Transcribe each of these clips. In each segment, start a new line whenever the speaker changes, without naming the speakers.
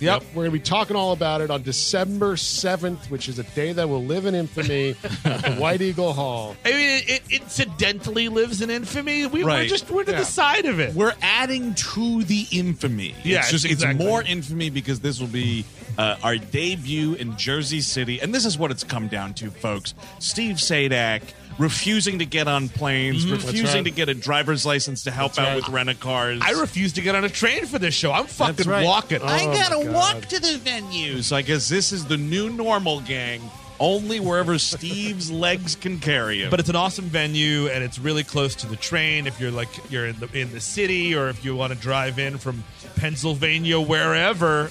Yep.
We're going to be talking all about it on December 7th, which is a day that will live in infamy at the White Eagle Hall.
I mean, it, it incidentally lives in infamy. We,
Right.
We're just we're to
Yeah.
the side of it.
We're adding to the infamy. it's
Yes,
just it's
exactly.
more infamy because this will be uh, our debut in Jersey City, and this is what it's come down to, folks. Steve Sadak refusing to get on planes,
Mm-hmm.
refusing
right.
to get a driver's license to help out with rent a cars.
I refuse to get on a train for this show. I'm fucking
That's right.
walking.
I
Oh,
gotta
my God.
walk to the venue. So I guess this is the new normal, gang. Only wherever Steve's legs can carry him.
But it's an awesome venue, and it's really close to the train. If you're like you're in the in the city, or if you want to drive in from Pennsylvania, wherever,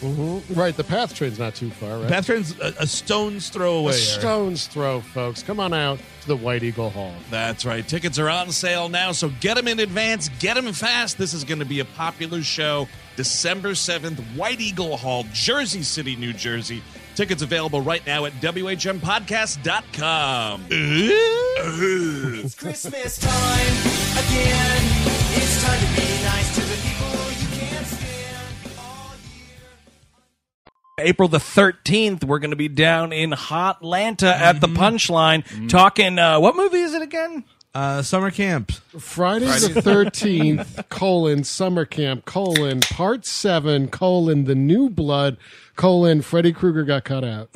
Right, the Path Train's not too far, right?
Bath Train's a, a stone's throw away.
a
Eric.
stone's throw, folks. Come on out to the White Eagle Hall.
that's right. Tickets are on sale now, so get them in advance. Get them fast. This is going to be a popular show. December 7th, White Eagle Hall, Jersey City, New Jersey. Tickets available right now at WHMPodcast.com.
It's Christmas time again. It's time to be nice to the people you can't stand all year.
April the 13th, we're going to be down in Hotlanta at the
Mm-hmm.
Punchline talking. Uh, what movie is it again?
Uh, summer camp.
Friday the thirteenth colon summer camp colon part seven colon the new blood colon Freddy Krueger got cut out.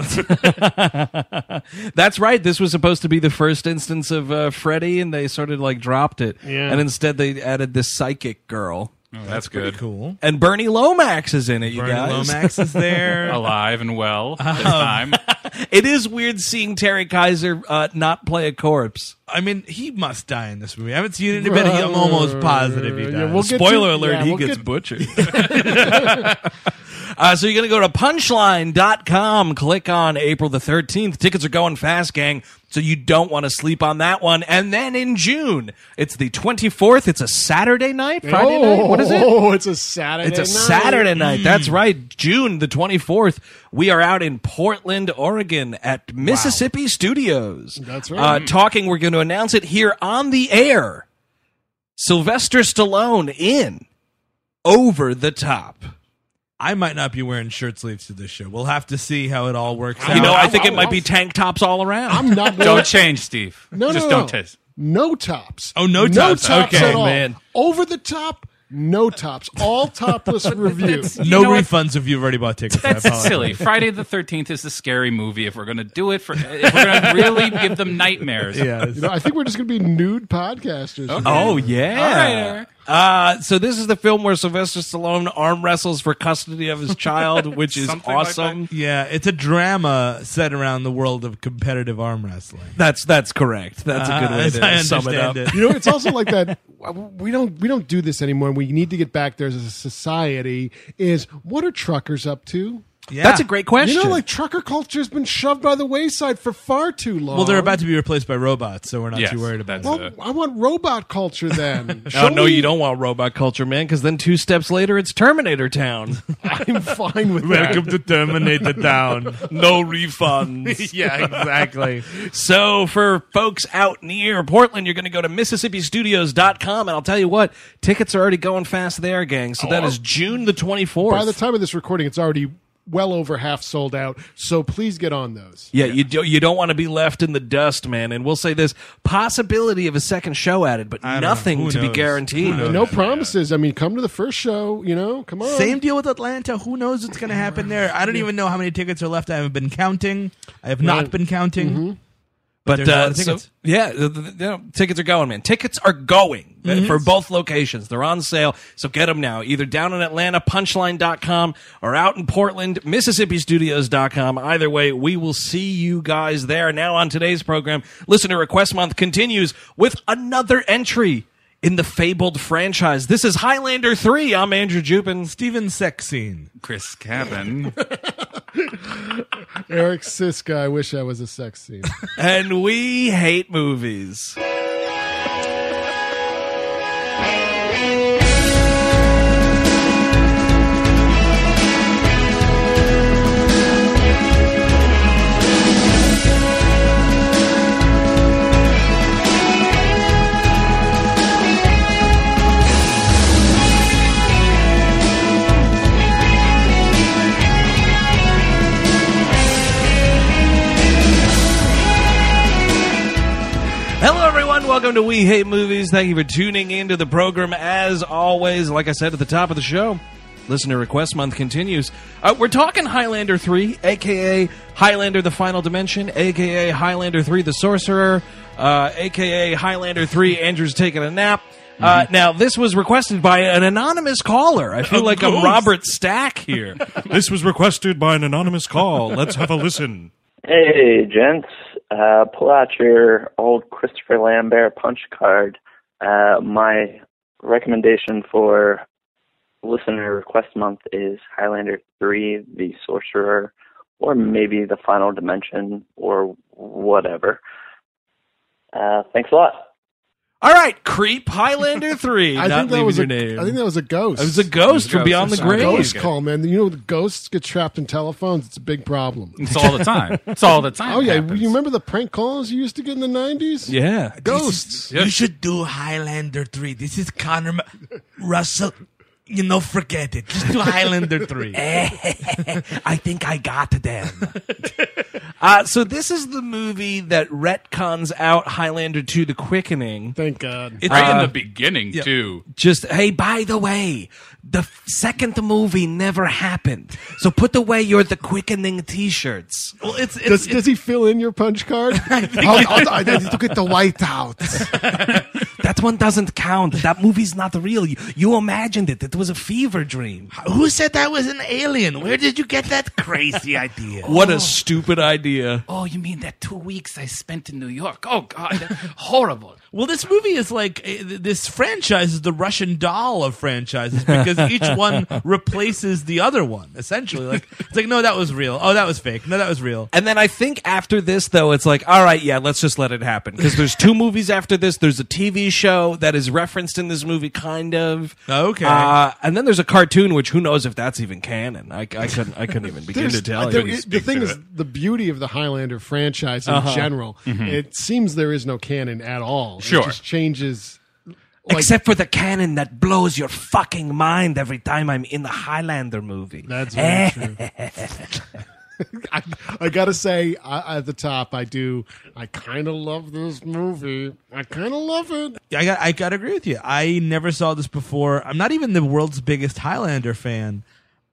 That's right. This was supposed to be the first instance of uh, Freddy, and they sort of like dropped it.
Yeah.
And instead, they added this psychic girl.
That's good.
Cool.
And Bernie Lomax is in it, you
Bernie
guys.
Lomax is there.
Alive and well this time.
It is weird seeing Terry Kaiser uh, not play a corpse.
I mean, he must die in this movie. I haven't seen it in a bit. I'm almost positive he dies.
Yeah, we'll get
Spoiler
to-
alert,
yeah,
he
we'll
gets
get-
butchered.
Uh, so you're going to go to punchline.com, click on April the 13th. Tickets are going fast, gang. So you don't want to sleep on that one. And then in June, it's the 24th. It's a Saturday night, Friday night. What is it?
Oh, it's a Saturday.
It's a
night.
Saturday night. That's right. June the 24th. We are out in Portland, Oregon at Mississippi Studios.
That's right.
Uh, talking. We're going to announce it here on the air. Sylvester Stallone in Over the Top.
I might not be wearing shirt sleeves to this show. We'll have to see how it all works out.
You know, I
I'm-
think it
I'm-
might be tank tops all around.
I'm not
don't
going
change, Steve.
no,
Just
no,
don't
no.
taste.
No tops.
Oh, no tops.
Okay,
at all.
man.
Over the top, no tops. All topless review.
no
know what?
refunds if you've already bought tickets. I
That's
apologize.
silly. Friday the 13th is a scary movie if we're going to do it for if we're going to really give them nightmares.
Yeah.
You know, I think we're just going to be nude podcasters.
Oh yeah.
Eric.
Uh, so this is the film where Sylvester Stallone arm wrestles for custody of his child, which is
Something like
awesome.
Yeah, it's a drama set around the world of competitive arm wrestling. Uh,
that's that's correct. That's a
Uh,
good way
As
to
I
sum it up.
understand it.
You know, it's also like that. We don't we don't do this anymore. We need to get back there as a society. Is what are truckers up to?
Yeah.
That's a great question.
You know, like trucker culture has been shoved by the wayside for far too long.
Well, they're about to be replaced by robots, so we're not
Yes,
too worried about
that's
it.
Well, I want robot culture then.
Oh no, you don't want robot culture, man, because then two steps later it's Terminator Town.
I'm fine with that.
to Terminator Down.
no refunds.
yeah, exactly.
So for folks out near Portland, you're going to go to MississippiStudios.com, and I'll tell you what, tickets are already going fast there, gang. So that is June the 24th.
By the time of this recording, it's already well over half sold out. So please get on those.
Yeah, you do, you don't want to be left in the dust, man. And we'll say this possibility of a second show added, but
don't know.
nothing
Who
to be
knows?
guaranteed.
Who knows?
No promises. I mean, come to the first show. You know, come
Um,
on.
Same deal with Atlanta. Who knows what's going to
Mm-hmm.
happen there? I don't even know how many tickets are left. I haven't been counting. I have not been counting.
But
There's a lot
uh,
of
so-
tickets.
yeah, the, the- the- you know, tickets are going, man. Tickets are going uh, for both locations. They're on sale, so get them now. Either down in Atlanta, punchline.com, or out in Portland, mississippistudios.com. Either way, we will see you guys there. Now, on today's program, Listener Request Month continues with another entry in the fabled franchise. This is Highlander 3. I'm Andrew Jupin.
Steven sex scene.
Chris Cabin.
Eric Siska, I wish I was a sex scene.
and we hate movies. Hello, everyone. Welcome to We Hate Movies. Thank you for tuning into the program. As always, like I said at the top of the show, Listener Request Month continues. Uh, we're talking Highlander 3, aka Highlander the Final Dimension, aka Highlander 3 the Sorcerer, uh, aka Highlander 3 Andrew's Taking a Nap.
Mm-hmm.
Uh, now, this was requested by an anonymous caller. I feel like I'm Robert Stack here.
This was requested by an anonymous call. Let's have a listen.
Hey, gents. Uh, pull out your old Christopher Lambert punch card. Uh, my recommendation for listener request month is Highlander 3, The Sorcerer, or maybe The Final Dimension, or whatever. Uh, thanks a lot.
All right, Creep Highlander 3.
I
not
think that
leaving
was
your
a,
name.
I think that was a ghost.
It was a ghost from
Ghost,
beyond the
I'm sorry.
grave.
ghost call, man. You know, the ghosts get trapped in telephones. It's a big problem.
It's all the time. It's all the time.
Oh
it
yeah,
happens.
you remember the prank calls you used to get in the nineties?
Yeah.
ghosts.
You should do Highlander 3. This is Connor Ma- Russell. You know, forget it. Just do Highlander 3.
Eh, I think I got them. uh, so this is the movie that retcons out Highlander 2 The Quickening.
Thank God.
Right in the beginning, too.
Just, hey, by the way, the f- second movie never happened. So put away your The Quickening t-shirts.
Well, it's, it's,
does, does he fill in your punch card? I, I, I need to get the white out.
That one doesn't count. That movie's not real. You, you imagined it. It was a fever dream.
who said I was an alien? Where did you get that crazy idea?
What a stupid idea.
Oh, you mean that two weeks I spent in New York? Oh, God. that- horrible.
Well, this movie is like uh, th- this franchise is the Russian doll of franchises because each one replaces the other one. Essentially, like it's like no, that was real. Oh, that was fake. No, that was real.
And then I think after this, though, it's like, all right, yeah, let's just let it happen. Because there's two movies after this. There's a TV show that is referenced in this movie, kind of.
Okay.
Uh, and then there's a cartoon, which who knows if that's even canon. I, I couldn't. I couldn't even begin
There's-
to tell
there-
you.
it- the thing is, the beauty of the Highlander franchise in general, it seems there is no canon at all.
Sure.
It just changes.
Except for the canon that blows your fucking mind every time I'm in the Highlander movie.
That's very true. I, I gotta say, I, at the top, I do. I kind of love this movie. I kind of love it.
I got I got to agree with you. I never saw this before. I'm not even the world's biggest Highlander fan.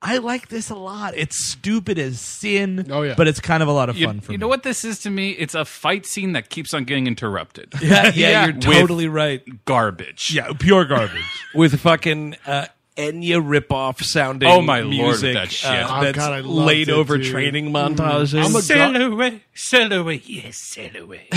I like this a lot. It's stupid as sin,
Oh, yeah.
but it's kind of a lot of
You,
fun for
you
me.
know what this is to me? It's a fight scene that keeps on getting interrupted.
yeah, yeah, you're
With
totally right.
Garbage.
Yeah, pure garbage.
With fucking uh, Enya ripoff sounding.
Oh, my Lord, with
music,
that shit.
uh,
Oh,
that's
God, I loved
laid
it,
over
dude. Mm-hmm.
training montages.
I'm a
Sail
go-
away, sail away, yes, sail away.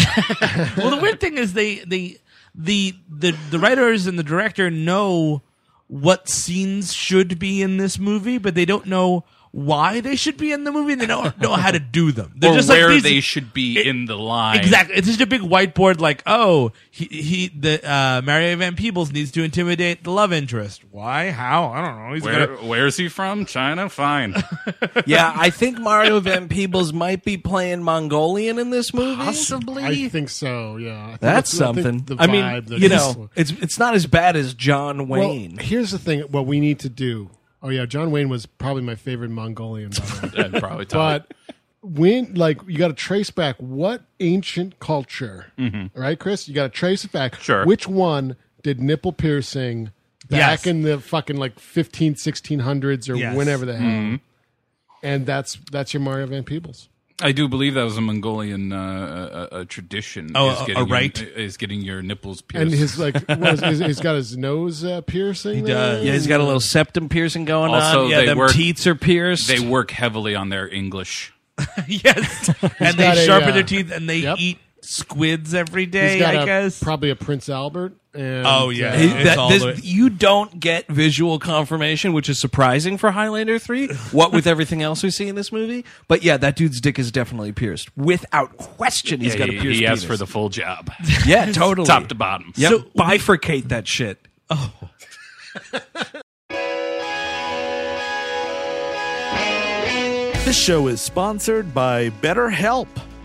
well, the weird thing is they they the the the writers and the director know what scenes should be in this movie, but they don't know why they should be in the movie. and They don't know how to do them. They're
or
just like
where
these-
they should be
It-
in the line.
Exactly. It's just a big whiteboard like, oh, he, he the uh, Mario Van Peebles needs to intimidate the love interest. Why? How? I don't know. He's
Where,
gonna
where's he from? China? Fine.
yeah, I think Mario Van Peebles might be playing Mongolian in this movie.
I think so. Yeah, I think
That's
I think
something.
the
I mean,
vibe that
you
this-
know, it's it's not as bad as John Wayne.
Well, here's the thing. What we need to do. Oh yeah, John Wayne was probably my favorite Mongolian. By the way.
That'd probably tell
but when like you got to trace back what ancient culture right chris you got to trace it back
Sure.
which one did nipple piercing back
Yes.
in the fucking like 15 1600s or
Yes.
whenever the hell and that's that's your mario van peebles
I do believe that was a Mongolian uh, a, a tradition.
Oh,
is
a- a
getting
right?
Your, is getting your nipples pierced.
And his like, was, he's- he's got his nose uh, piercing. He
does.
Yeah, he's got a little septum piercing going
Also,
on. Yeah,
they
them
work-
teats are pierced.
they work heavily on their English.
yes, and
got
they
a,
sharpen
uh,
their teeth and they
yep.
eat squids every
He's
day.
got
I
a-
guess.
probably a Prince Albert. And,
Oh, yeah.
uh,
He-
It's
that-
all
this-
the way-
you don't get visual confirmation, which is surprising for Highlander 3, what with everything else we see in this movie. But yeah, that dude's dick is definitely pierced. Without question, He's
Yeah,
got
he,
a pierced
he asked
penis.
for the full job,
Yeah, totally.
top to bottom.
Yep,
So-
bifurcate that shit.
This show is sponsored by BetterHelp.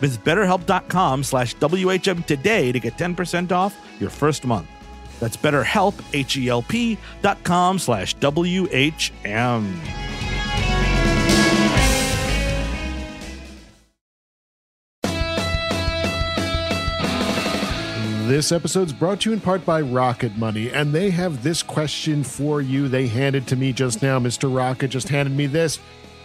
Visit betterhelp.com slash WHM today to get 10% off your first month. That's betterhelp, H-E-L-P dot com slash W-H-M.
This episode's brought to you in part by Rocket Money, and they have this question for you. They handed to me just now. Mr. Rocket just handed me this.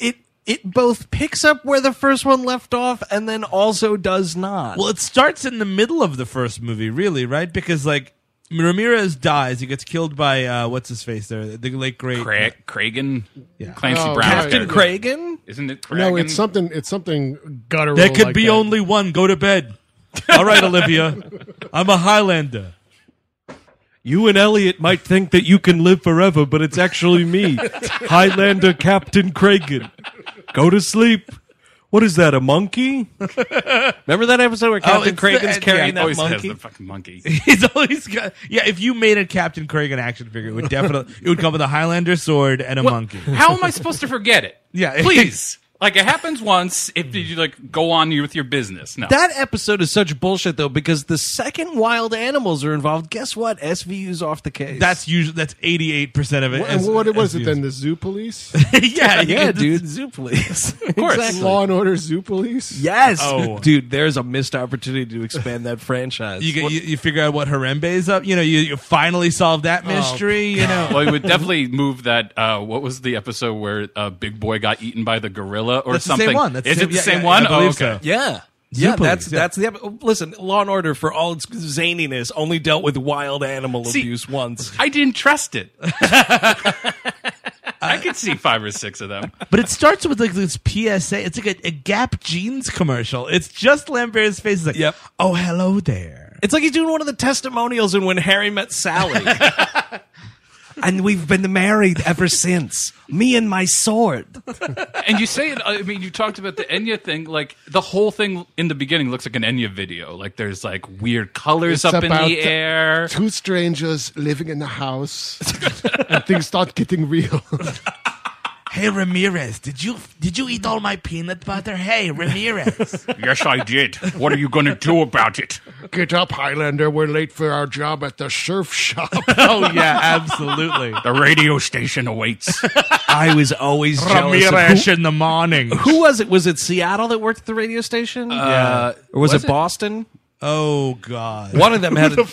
it it both picks up where the first one left off and then also does not.
Well, it starts in the middle of the first movie, really, right? Because like Ramirez dies, he gets killed by uh, what's his face there, the late great
Cra- Cragen, Clancy
Oh,
Brown,
Captain
character.
Cragen?
isn't it? Cragen?
No, it's something, it's something guttural.
There could
like
be
that.
only one. Go to bed. All right, Olivia, I'm a Highlander.
You and Elliot might think that you can live forever, but it's actually me, Highlander Captain Cragen. Go to sleep. What is that, a monkey? Remember that episode where Captain
Oh, it's the-
Cragen's
yeah,
Yeah, he
carrying that
always has
monkey?
the fucking monkey.
He's always got. Yeah, if you made a Captain Craig an action figure, it would definitely it would come with a Highlander sword and a monkey.
How am I supposed to forget it?
Yeah.
please. Like it happens once. If you like go on with your business, no.
That episode is such bullshit, though, because the second wild animals are involved, guess what? SVU's off the case.
That's usually that's eighty eight percent of it.
What,
as-
what
as
was it
views.
then? The zoo police?
yeah,
yeah,
it's-
dude. Zoo police. Of course.
Law and Order zoo police?
Yes,
Oh.
dude. There's a missed opportunity to expand that franchise.
You, get, you you figure out what Harambe's up. You know, you, you finally solve that mystery. you know,
well, it would definitely move that. Uh, what was the episode where uh, Big Boy got eaten by the gorilla or
That's the same
something?
one. That's the
Is
same-
it the
yeah,
same
yeah,
one?
I believe
oh,
so.
okay.
yeah. Yeah,
Zoopolis,
that's
yeah.
that's the epi- listen. Law and Order, for all its zaniness, only dealt with wild animal
See,
abuse once.
I didn't trust it. I could see five or six of them.
But it starts with like this PSA. It's like a, a Gap jeans commercial. It's just Lambert's face. It's like,
Yep.
oh, hello there.
It's like he's doing one of the testimonials in When Harry Met Sally. and we've been married ever since. Me and my sword.
And you say it. I mean, you talked about the Enya thing. Like the whole thing in the beginning looks like an Enya video. Like there's like weird colors
It's
up in
about
the air.
Two strangers living in a house, and things start getting real.
Hey Ramirez, did you did you eat all my peanut butter? Hey Ramirez,
yes, I did. What are you going to do about it?
Get up, Highlander. We're late for our job at the surf shop.
oh yeah, absolutely.
The radio station awaits.
I was always jealous. Of
Ramirez in the morning.
who, who was it? Was it Seattle that worked at the radio station?
Uh,
or was,
was
it,
it?
Boston?
Oh god.
One of them had. a-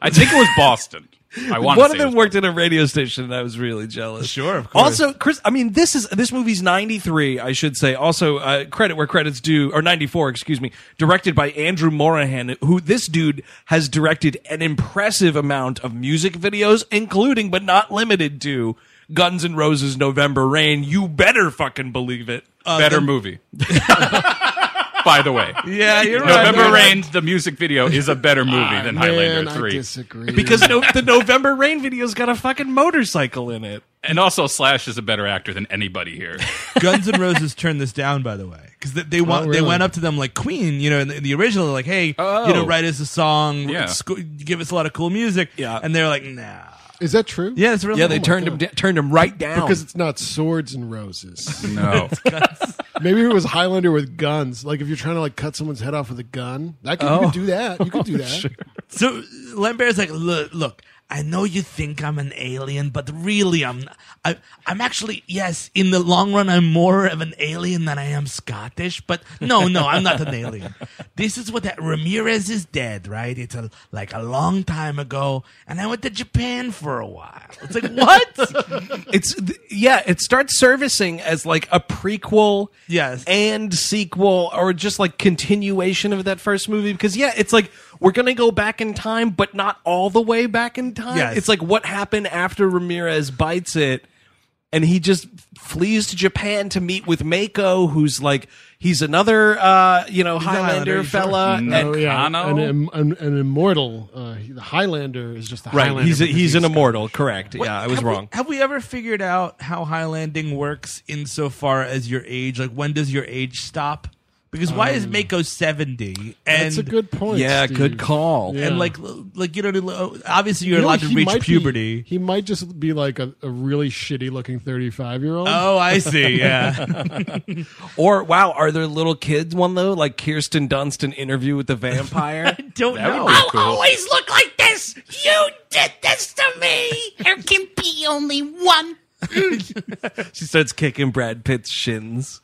I think it was Boston. I want
one
to
of them worked at a radio station and I was really jealous.
Sure, of course.
Also, Chris, I mean, this is this movie's 93, I should say. Also, uh, credit where credit's due, or 94, excuse me, directed by Andrew Morahan, who this dude has directed an impressive amount of music videos, including but not limited to Guns N' Roses November Rain. You better fucking believe it. Uh,
better movie. By the way,
Yeah, you're
November
right.
Rain, the music video, is a better movie than Highlander
Ah, Man, I
Three.
disagree.
Because no, the November Rain video's got a fucking motorcycle in it.
And also, Slash is a better actor than anybody here.
Guns N' Roses turned this down, by the way, because they, they
Oh,
want they
really?
went up to them like Queen, you know, in the, in the original, like, hey, you know,
Oh.
write us a song,
Yeah.
sco- give us a lot of cool music,
Yeah.
and they're like, nah,
is that true?
yeah, it's really
Yeah, they turned him da- turned him right down.
Because it's not swords and roses.
No,
Maybe it was Highlander with guns. Like if you're trying to like cut someone's head off with a gun, that could, you could do that. You could do that.
So Lambert's like, look, look, I know you think I'm an alien, but really, I'm, I, I'm actually, yes, in the long run, I'm more of an alien than I am Scottish. But no, no, I'm not an alien. This is what that Ramirez is dead, right? It's a, like a long time ago, and I went to Japan for a while. It's like what?
It's th- yeah, it starts servicing as like a prequel,
Yes.
and sequel, or just like continuation of that first movie. Because yeah, it's like we're gonna go back in time, but not all the way back in time.
Yes.
It's like what happened after Ramirez bites it, and he just flees to Japan to meet with Mako, who's like he's another uh, you know Highlander
Highlander, sure.
fella, and-
No,
Mm-hmm. Oh, yeah, an,
Kano?
im- an, an immortal. Uh, he- the Highlander is just the
right?
Highlander.
He's a,
because
he's an immortal, correct? yeah, I was
Have we-
wrong.
have we ever figured out how highlanding works insofar as your age? Like, when does your age stop? Because why is
Um,
Mako seventy? And
That's a good point.
yeah,
Steve.
good call.
Yeah.
and like l- like you know obviously you're
You know,
allowed
he
to reach
might be-
puberty
he might just be like a, a really shitty looking 35 year old.
oh i see yeah
Or wow, are there little kids one though? Like Kirsten Dunst in Interview with the Vampire.
don't
that
know
would be cool.
always look like this. You did this to me. There can be only one.
she starts kicking Brad Pitt's shins.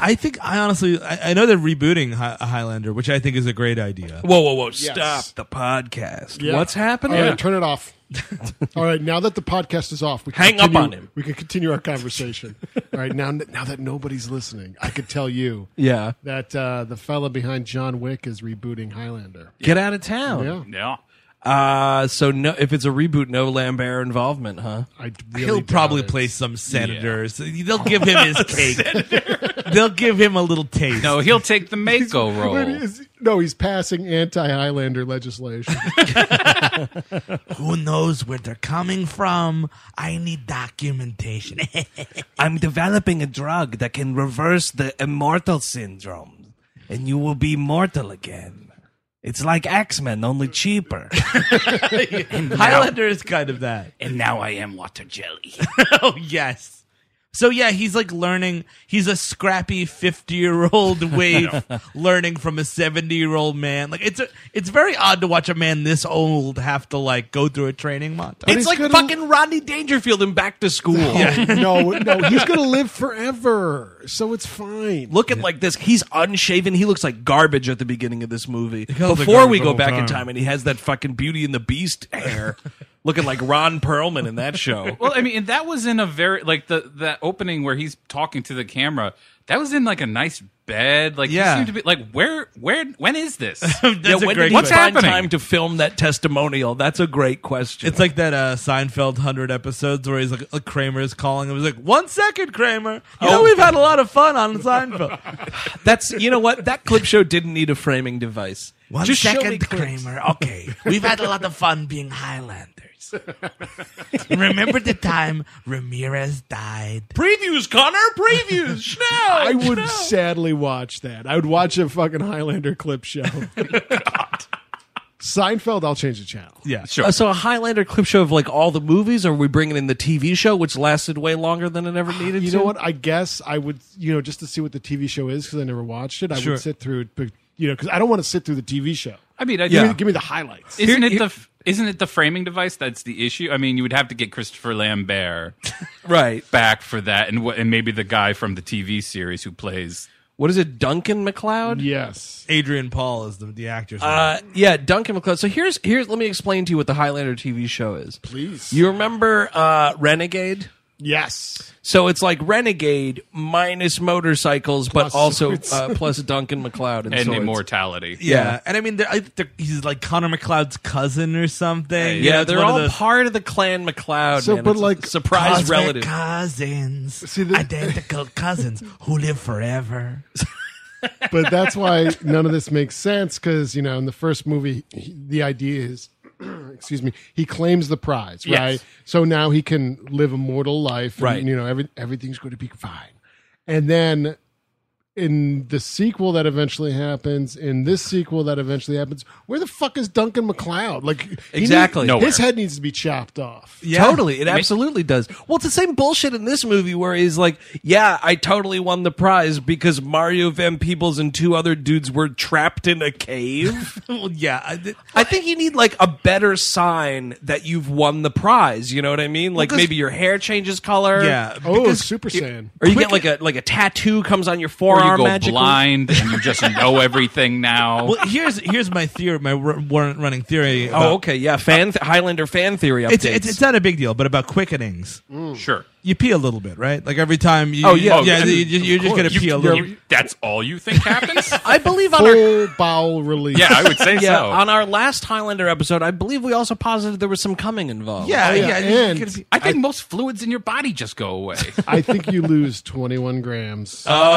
i think i honestly i, I know they're rebooting Hi- highlander which i think is a great idea
Whoa, whoa, whoa! Stop the podcast.
Yeah.
What's happening?
All right, turn it off. All right, now that the podcast is off, we can
Hang up
continue-
on him.
We can continue our conversation. All right, now now that nobody's listening, I could tell you
Yeah,
that uh, the fella behind John Wick is rebooting Highlander.
get out of
Oh.
town.
Yeah,
no.
Uh, so no, if it's a reboot, no Lambert involvement, huh?
I really
he'll
doubt
probably
it.
play some senators they'll give him his cake they'll give him a little taste
No, he'll take the Mako role.
But is- no, he's passing anti-Highlander legislation.
who knows where they're coming from i need documentation
I'm developing a drug that can reverse the immortal syndrome, and you will be mortal again. It's like X-Men, only cheaper.
highlander is kind of that
And now I am water jelly.
Oh yes. So yeah, he's like learning. He's a scrappy fifty-year-old waif learning from a seventy-year-old man. Like it's a, it's very odd to watch a man this old have to like go through a training montage.
it's like
gonna-
fucking Rodney Dangerfield in Back to School.
no, no, he's gonna live forever, so it's fine.
Look at like this. He's unshaven. He looks like garbage at the beginning of this movie.
looks like
Before we
garbage
go
the
back
whole
in
time.
time, and he has that fucking Beauty and the Beast hair, looking like Ron Perlman in that show.
well, I mean, and that was in a very like the that opening where he's talking to the camera. That was in like a nice bed. Like
Yeah.
you seem to be like where where when is this?
yeah, when did you find time to film that testimonial? That's a great question.
It's like that uh, Seinfeld 100 episodes where he's like, like Kramer's calling him. He's like, one second, Kramer. You
Oh.
know, we've had a lot of fun on Seinfeld.
That's you know what that clip show didn't need a framing device.
One
Just show me
second,
clips.
Kramer. Okay. We've had a lot of fun being Highlanders. Remember the time Ramirez died?
Previews, Connor. Previews. Schnell.
I would sadly watch that. I would watch a fucking Highlander clip show. Seinfeld, I'll change the channel.
Yeah, sure. so a Highlander clip show of like all the movies, or are we bringing in the TV show, which lasted way longer than it ever needed?
You
to?
know what? I guess I would, you know, just to see what the TV show is because I never watched it. I
Sure.
would sit through it, but you know, because I don't want to sit through the TV show.
I mean, I-
give,
Yeah.
me, give me the highlights.
Isn't it the f- isn't it the framing device that's the issue? I mean, you would have to get Christopher Lambert
right
back for that, and wh- and maybe the guy from the TV series who plays
What is it, Duncan McLeod?
Yes,
Adrian Paul is the, the actor's
Uh, yeah, Duncan McLeod. So here's here's let me explain to you what the Highlander TV show is.
Please.
You remember uh, Renegade?
Yes.
So it's like Renegade minus motorcycles, but
Plus
also
swords.
uh, plus Duncan McLeod and,
and
swords.
immortality.
Yeah. and I mean, they're, I- they're, he's like Connor McLeod's cousin or something. You
Yeah,
know, it's
they're
one of
all
those-
part of the clan McLeod.
So,
man.
but
It's a
like,
surprise
cosmic
relative.
cousins, identical cousins who live forever.
but that's why none of this makes sense because you know in the first movie he, the idea is excuse me he claims the prize
Yes.
right so now he can live a mortal life and,
Right.
you know every, everything's going to be fine and then in the sequel that eventually happens in this sequel that eventually happens where the fuck is duncan mcleod like he need-
Exactly. Nowhere.
his head needs to be chopped off
Totally. It absolutely does. Well, it's the same bullshit in this movie where he's like, yeah, I totally won the prize because Mario Van Peebles and two other dudes were trapped in a cave.
well, yeah. I,
I think you need like a better sign that you've won the prize. You know what I mean? Like
'cause-
maybe your hair changes color.
Yeah,
Oh,
because-
Super Saiyan.
Or you get like a like a tattoo comes on your
Or
forearm
you go
magically.
blind and you just know everything now.
Well, here's here's my theory, my r- warrant running theory.
Oh, okay, yeah, fan th- Highlander fan theory updates.
It's, it's it's not a big deal, but about quickenings,
Sure.
you pee a little bit, right? Like every time
Oh,
you, yeah, you, you're just gonna pee a little.
that's all you think happens.
I believe on our
full bowel release
Yeah, I would say
yeah,
so.
On our last Highlander episode, I believe we also posited there was some coming involved.
Yeah, Oh, yeah, yeah, and-
I think most fluids in your body just go away.
i think you lose 21 grams
Oh,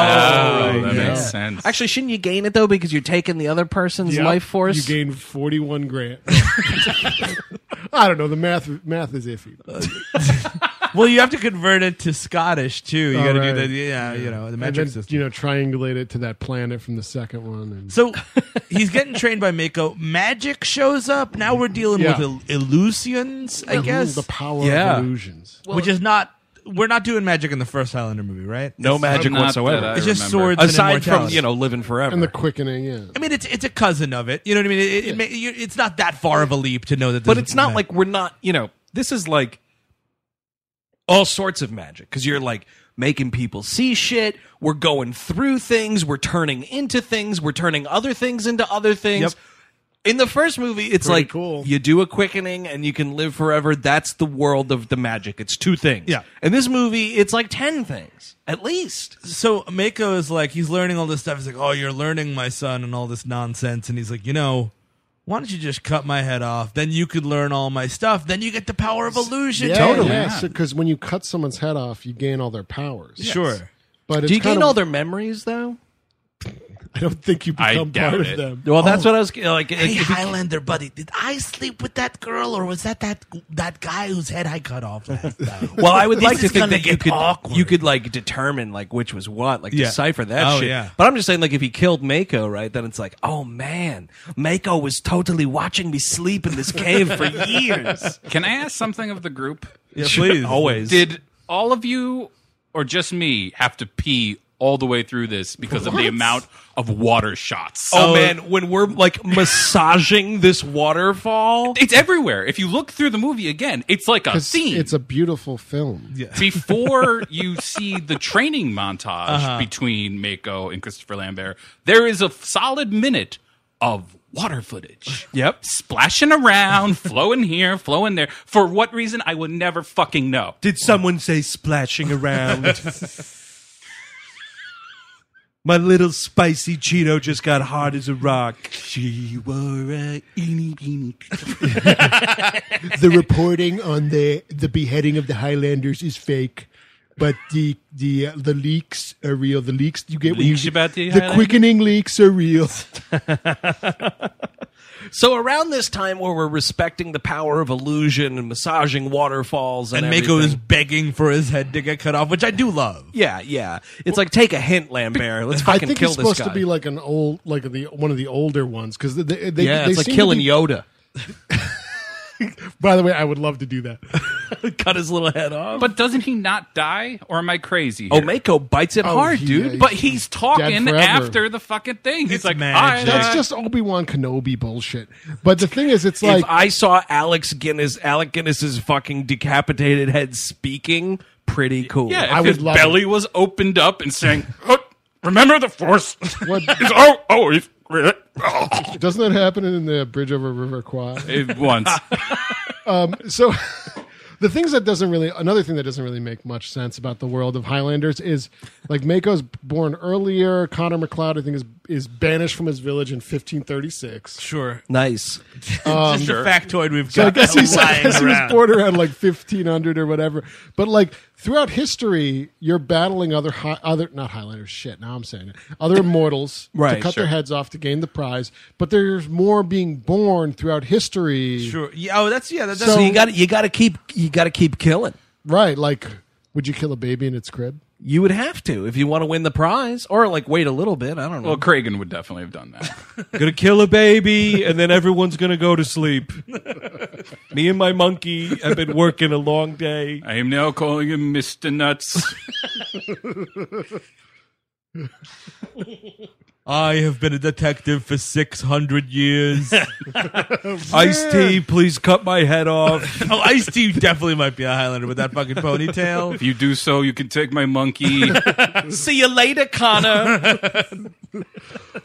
that
yeah.
makes sense.
Actually, shouldn't you gain it though because you're taking the other person's
Yep.
life force?
You gain forty-one grand. I don't know. The math math is iffy.
Well, you have to convert it to Scottish too. You
All
got to
right.
do the yeah, you know, the
And
metric
then,
system.
You know, triangulate it to that planet from the second one. And
So he's getting trained by Mako. Magic shows up. Now we're dealing
Yeah.
with il- illusions, I
Ooh,
guess.
the power
Yeah.
of illusions.
which is not. We're not doing magic in the first Highlander movie, right?
no
It's-
magic
Not that
whatsoever.
I
It's just
remember.
swords and
aside from
immortality.
you know living forever.
And the quickening, yeah.
I mean, it's it's a cousin of it. You know what I mean? It, it, may- you it's not that far of a leap to know that.
but
this-
it's not like we're not you know this is like all sorts of magic because you're like making people see shit we're going through things we're turning into things we're turning other things into other things
Yep.
in the first movie it's
Pretty
like
cool.
you do a quickening and you can live forever that's the world of the magic it's two things
Yeah.
in this movie it's like 10 things at least
so. Mako is like he's learning all this stuff. He's like, "Oh, you're learning my son and all this nonsense," and he's like, "You know." Why don't you just cut my head off? Then you could learn all my stuff. Then you get the power of illusion.
Yeah,
totally.
Yeah, because when you cut someone's head off, you gain all their powers.
Sure.
But it's
do you gain
kind of-
all their memories though
I don't think you
I
become
doubt
part
it.
of them. Oh.
well that's what Oh. i was like
Hey Highlander buddy, did I sleep with that girl or was that that that guy whose head I cut off last night?
Well, I would
This
like to
is
think
gonna
that you
get
could
awkward.
you could like determine like which was what, like
Yeah.
decipher that
Oh,
shit.
yeah.
But I'm just saying, like if he killed Mako, right, then it's like, oh man, Mako was totally watching me sleep in this cave for years.
Can I ask something of the group?
yeah, please.
Always
Did all of you or just me have to pee all the way through this because of the amount of water shots?
Oh, man, when we're like massaging this waterfall,
It's everywhere. If you look through the movie again, it's like a
'Cause
scene.
It's a beautiful film.
Before you see the training montage
Uh-huh.
between Mako and Christopher Lambert, there is a f- solid minute of water footage.
Yep.
Splashing around, flowing here, flowing there. For what reason, I would never fucking know.
did someone say splashing around? My little spicy Cheeto just got hard as a rock. She wore a eeny beeny.
the reporting on the the beheading of the Highlanders is fake, but the the uh, the leaks are real. The leaks you get when
Leaks
you,
about the
the
Highlanders?
quickening leaks are real.
So around this time where we're respecting the power of illusion and massaging waterfalls and,
And Mako is
everything-
begging for his head to get cut off, which I do love.
Yeah, yeah. It's like take a hint, Lambert. Let's
I
fucking
think
kill
it's
this
supposed
guy.
to be like an old, like the one of the older ones because they, they, they,
yeah,
they
it's like
seem to
killing
be-
Yoda.
By the way, I would love to do that.
Cut his little head off.
But doesn't he not die? Or am I crazy?
Oh,
Here?
Mako bites it
Oh,
hard,
he-
dude.
yeah,
but
he's
he's
dead
talking
forever.
after the fucking thing. He's like, uh, I,
That's just Obi Wan Kenobi bullshit. But the thing is, it's like
if I saw Alex Guinness, Alec Guinness's fucking decapitated head speaking, pretty cool.
yeah. If
I
his
would love
belly was opened up and saying, oh, "Remember the force."
What-
It's- oh, oh, it's- oh.
doesn't that happen in the Bridge Over River Kwai?
It- once.
so the things that doesn't really another thing that doesn't really make much sense about the world of Highlanders is like Mako's born earlier. Connor McLeod, I think, is is banished from his village in 1536.
Sure.
Nice.
just a factoid we've
So I
got
guess he's, I
lying
guess he was
around.
born around like 1500 or whatever. But like throughout history, you're battling other high, other not Highlanders. Shit, now I'm saying it. Other immortals
Right,
to cut
sure.
their heads off to gain the prize. But there's more being born throughout history.
Sure. Yeah, oh, that's yeah. That, that's
So, you got to you got to keep you got to keep killing.
Right? Like, would you kill a baby in its crib?
You would have to if you want to win the prize, or like wait a little bit. I don't know.
Well, Kragan would definitely have done that.
gonna kill a baby, and then everyone's gonna go to sleep. Me and my monkey have been working a long day.
I am now calling him Mister Nuts.
I have been a detective for six hundred years.
Ice tea, please cut my head off.
oh, Ice T definitely might be a Highlander with that fucking ponytail.
if you do so, you can take my monkey.
See you later, Connor.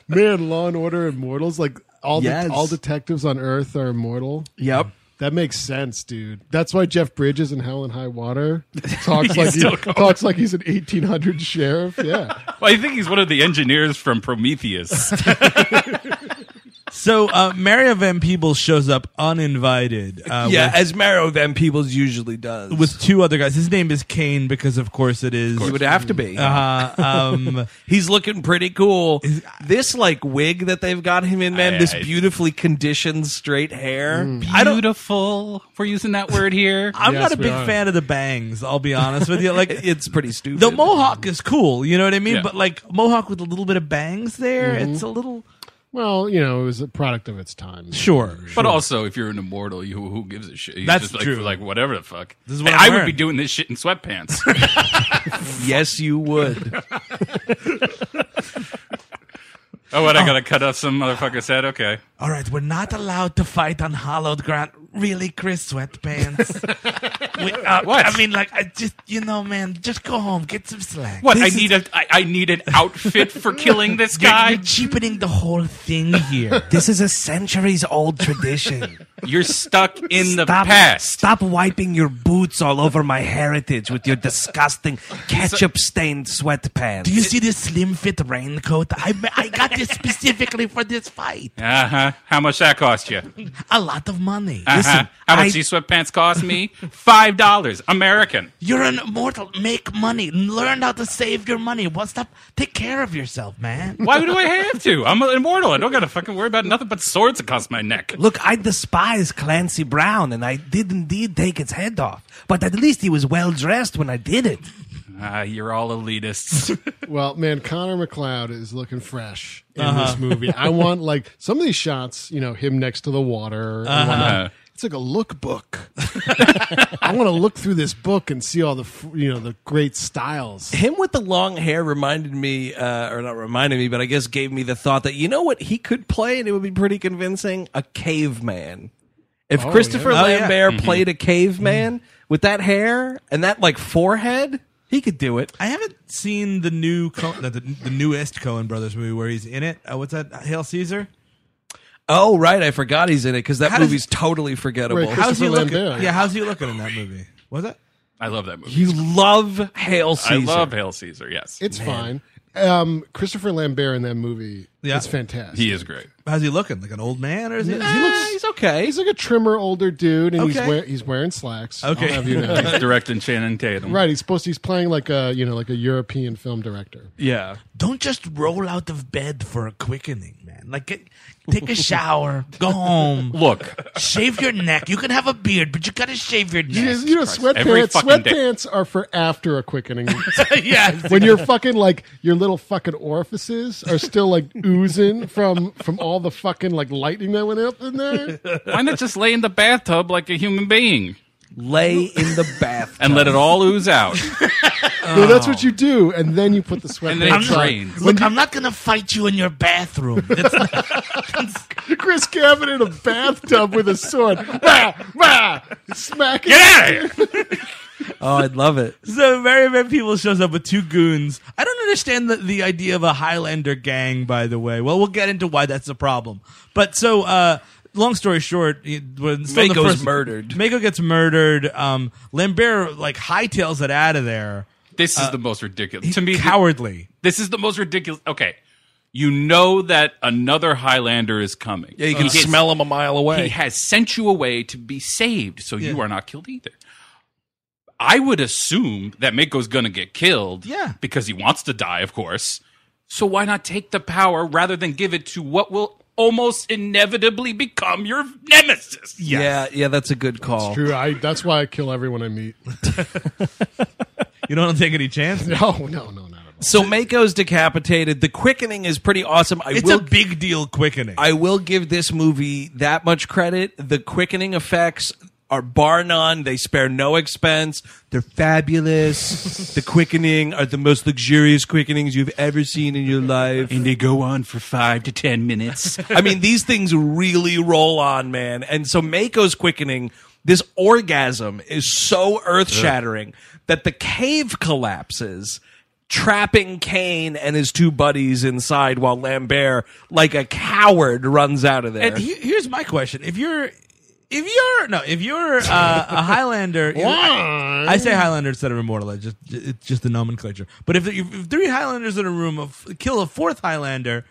Man, Law and Order Immortals, like all
Yes.
the, all detectives on Earth are immortal.
yep.
That makes sense, dude. That's why Jeff Bridges in Hell and High Water talks like he, talks like he's an eighteen hundred sheriff. Yeah,
I think he's one of the engineers from Prometheus.
so uh, Mario Van Peebles shows up uninvited. Uh,
yeah,
with-
as Mario Van Peebles usually does.
with two other guys. His name is Kane because, of course, it is.
he would have to be.
Uh, um,
He's looking pretty cool. This like wig that they've got him in, man.
I-
this
I-
beautifully conditioned straight hair.
Mm.
I don't.
Beautiful. We're using that word here.
I'm
Yes,
not a
we
big
are.
fan of the bangs. I'll be honest with you. Like
It's pretty stupid.
the mohawk is cool, you know what I mean?
Yeah.
But like mohawk with a little bit of bangs there, it's a little
well, you know, it was a product of its time.
sure.
But also, if you're an immortal, you who gives a shit? You
That's
just, like,
true.
Like whatever the fuck. This
is what I'm
I would
wearing.
be doing this shit in sweatpants.
Yes, you would.
oh, what? I gotta cut off some motherfucker's head. Okay.
All right, we're not allowed to fight on hollowed ground. Really, Chris? Sweatpants? we, uh,
What?
I mean, like, I just, you know, man, just go home, get some slack.
What?
This
I
is-
need a. I, I need an outfit for killing this
you're,
guy.
you're cheapening the whole thing here.
this is a centuries old tradition.
You're stuck in the past.
Stop wiping your boots all over my heritage with your disgusting ketchup stained sweatpants.
Do you see this slim fit raincoat? I, ma- I got this specifically for this fight.
Uh huh. How much that cost you? Uh
A lot of money.
huh. How much
I-
these sweatpants cost me? Five dollars, American.
You're an immortal. Make money. Learn how to save your money. Well, stop. Take care of yourself, man.
Why do I have to? I'm immortal. I don't gotta fucking worry about nothing but swords across my neck.
Look, I despise Clancy Brown, and I did indeed take its head off. But at least he was well dressed when I did it.
Ah, you're all elitists.
Well, man, Connor McLeod is looking fresh in
Uh-huh.
this movie. I want like some of these shots, you know, him next to the water. and
Uh-huh.
whatnot. It's like a lookbook. I want to look through this book and see all the f- you know the great styles.
Him with the long hair reminded me, uh, or not reminded me, but I guess gave me the thought that you know what he could play, and it would be pretty convincing a caveman. If Christopher
yeah. Oh, yeah.
Lambert played a caveman with that hair and that like forehead, he could do it.
I haven't seen the new Co- the, the, the newest Cohen Brothers movie where he's in it. Uh, what's that? Hail Caesar.
Oh right, I forgot he's in it because that
How does-
movie's totally forgettable.
Right,
How's he
Christopher
looking?
Lambert.
Yeah, how's he looking in that movie? Was it?
I love that movie.
You love Hail
I
Caesar.
love Hail Caesar. Yes.
It's fine. Um, Christopher Lambert in that movie
Yeah.
is fantastic.
He is great.
How's he looking? Like an old man, or is it?
he's okay.
He's like a trimmer older dude, and he's
Okay.
wear, he's wearing slacks. I'll
Okay.
have you know.
He's directing Shannon Tatum.
right. He's supposed to, he's playing like a you know like a European film director.
Yeah.
Don't just roll out of bed for a quickening, man. Like, get, take a shower, go home.
Look,
shave your neck. You can have a beard, but you gotta shave your neck.
You, just- you know,
Every
sweatpants.
fucking day.
Sweatpants are for after a quickening.
Yes.
when your fucking like your little fucking orifices are still like oozing from from all the fucking like lightning that went up in there.
Why not just lay in the bathtub like a human being?
Lay in the bathtub
and let it all ooze out.
No, that's what you do, and then you put the
And then it
sweatpants on.
drains.
Look, I'm not gonna fight you in your bathroom. It's
Chris Cabin in a bathtub with a sword. Wah, wah, smack
Get out of
here!
Oh, I'd love it.
So Mary Van Peebles shows up with two goons. I don't understand the, the idea of a Highlander gang, by the way. Well, we'll get into why that's a problem. But so, uh, long story short, it- when still in the
Mako's
first-
murdered.
Mako gets murdered. Um, Lambert like hightails it out of there.
This is
Uh,
the most ridiculous. To me,
cowardly.
This is the most ridiculous. Okay. You know that another Highlander is coming.
Yeah, you can
He has-
smell him a mile away.
He has sent you away to be saved, so you
Yeah.
are not killed either. I would assume that Mako's going to get killed.
Yeah.
Because he wants to die, of course. So why not take the power rather than give it to what will almost inevitably become your nemesis?
Yeah, yeah, that's a good call.
True, I, that's why I kill everyone I meet.
You don't take any chance.
No, no, no, no.
So Mako's decapitated. The quickening is pretty awesome. I
It's
will
a big deal quickening.
I will give this movie that much credit. The quickening effects are bar none. They spare no expense. They're fabulous. the quickening are the most luxurious quickenings you've ever seen in your life.
And they go on for five to ten minutes.
I mean, these things really roll on, man. And so Mako's quickening, this orgasm is so earth shattering that the cave collapses, trapping Kane and his two buddies inside while Lambert, like a coward, runs out of there.
And he- here's my question: If you're if you're no, if you're uh, a Highlander, you know,
Why?
I
Mm.
say Highlander instead of Immortal. It's just it's just the nomenclature. But if, if three Highlanders in a room of, kill a fourth Highlander,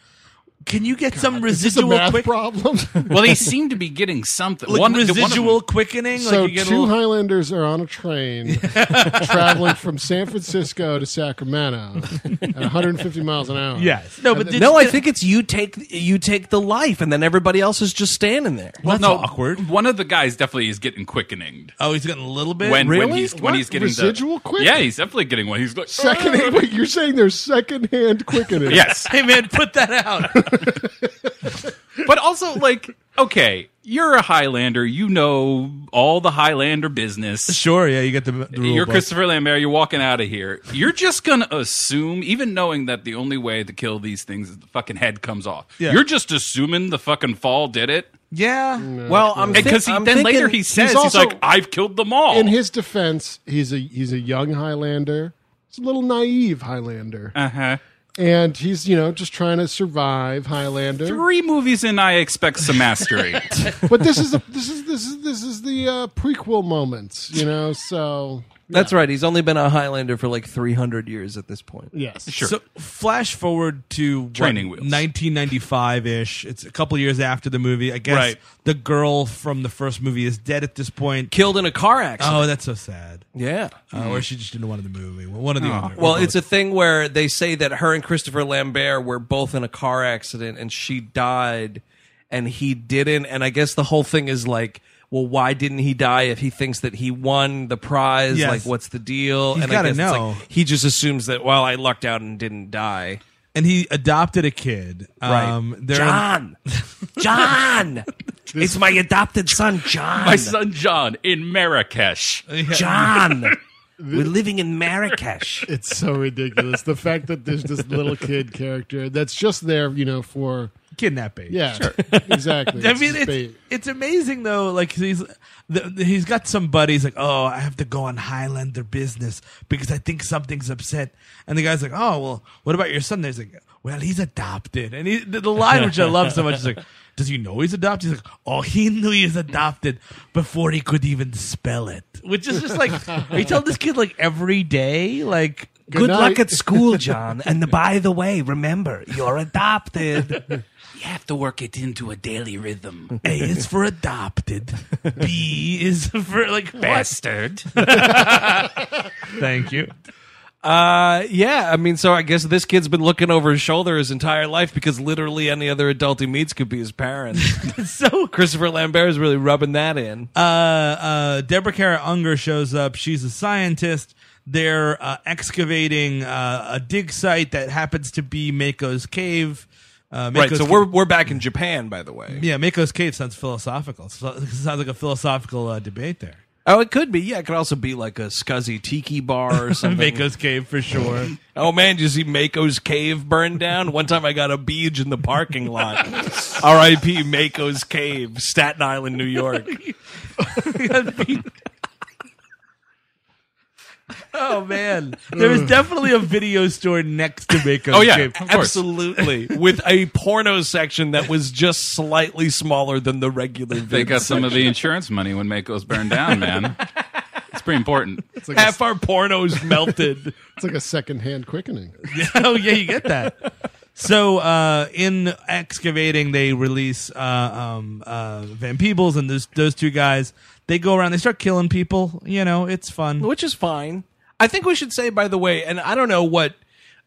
can you get some
Is this a
residual
math
quick,
problem?
well, they seem to be getting something.
like
One- the one of them-
residual quickening?
So
like you get a
two
little,
Highlanders are on a train traveling from San Francisco to Sacramento at 150 miles an hour.
yes, no, but did
no,
you
I
get-
think it's you take you take the life, and then everybody else is just standing there.
well, that's
no,
awkward.
One of the guys definitely is getting quickeninged.
Oh, he's getting a little bit.
When when
Really?
he's when
What?
he's getting the-
Residual quick?
Yeah, he's definitely getting one. He's like "Ah."
Second, wait, you're saying they're secondhand quickening?
Yes.
hey man, put that out.
But also like, okay, you're a Highlander, you know all the Highlander business.
sure, yeah, you get the, the rule
You're
book.
Christopher Lambert, you're walking out of here. You're just going to assume, even knowing that the only way to kill these things is the fucking head comes off.
Yeah.
You're just assuming the fucking fall did it.
Yeah,
Well, I'm
Because
thi-
he,
I'm
then
thinking-
later he says, he's,
also-
like, I've killed them all.
In his defense, he's a he's a young Highlander. He's a little naive Highlander,
uh huh.
and he's you know just trying to survive Highlander.
Three movies in, I expect some mastery.
But this is a, this is this is this is the uh, prequel moments, you know. So
that's right. He's only been a Highlander for like 300 years at this point.
yes,
sure.
So flash forward to
Training wheels.
1995 ish. It's a couple years after the movie. I guess
Right.
the girl from the first movie is dead at this point.
Killed in a car accident.
Oh, that's so sad.
Yeah.
Uh, or she just didn't want the movie. Well, One of the other.
Mm. Well, it's a thing where they say that her and Christopher Lambert were both in a car accident and she died and he didn't. And I guess the whole thing is like, well, why didn't he die if he thinks that he won the prize?
Yes.
Like, what's the deal?
He's
and
gotta
I guess it's
know.
like, he just assumes that, well, I lucked out and didn't die.
and he adopted a kid. Um,
right.
they're in-
John. John. it's my adopted son, John.
My son John in Marrakesh.
John. We're living in Marrakesh.
it's so ridiculous. the fact that there's this little kid character that's just there, you know, for
kidnapping.
yeah, exactly.
I
It's
mean,
just
it's,
bait.
it's amazing though. Like he's the, the- he's got some buddies. Like, oh, I have to go on Highlander business because I think something's upset. And the guy's like, oh, well, what about your son? There's like, well, he's adopted. And he, the, the line which I love so much is like, does he know he's adopted? He's like, oh, he knew he was adopted before he could even spell it. Which is just like, are you telling this kid like every day, like.
Good, luck at school, John. And by the way, remember, you're adopted.
You have to work it into a daily rhythm.
A is for adopted. B is for like what?
Bastard.
Thank you.
Uh, yeah. I mean, so I guess this kid's been looking over his shoulder his entire life because literally any other adult he meets could be his parent.
so
Christopher Lambert is really rubbing that in.
uh, uh, Deborah Kara Unger shows up. She's a scientist. They're uh, excavating uh, a dig site that happens to be Mako's cave. Uh,
right.
Mako's
So
ca-
we're we're back in Japan, by the way.
yeah. Mako's cave sounds philosophical. So, sounds like a philosophical uh, debate there.
Oh, it could be. Yeah, it could also be like a scuzzy tiki bar or something.
Mako's cave for sure.
Oh man, did you see Mako's cave burned down? One time I got a beach in the parking lot. R.I.P. Mako's cave, Staten Island, New York.
oh man, there is definitely a video store next to Mako's
Oh yeah,
cave.
absolutely. With a porno section that was just slightly smaller than the regular.
They
vid
got some of
section.
the insurance money when Mako's burned down, man. It's pretty important.
half our pornos melted.
It's like a secondhand quickening.
oh yeah, you get that. So uh, in excavating, they release uh, um, uh, Van Peebles and those those two guys. They go around. They start killing people. You know, it's fun.
which is fine. I think we should say, by the way, and I don't know what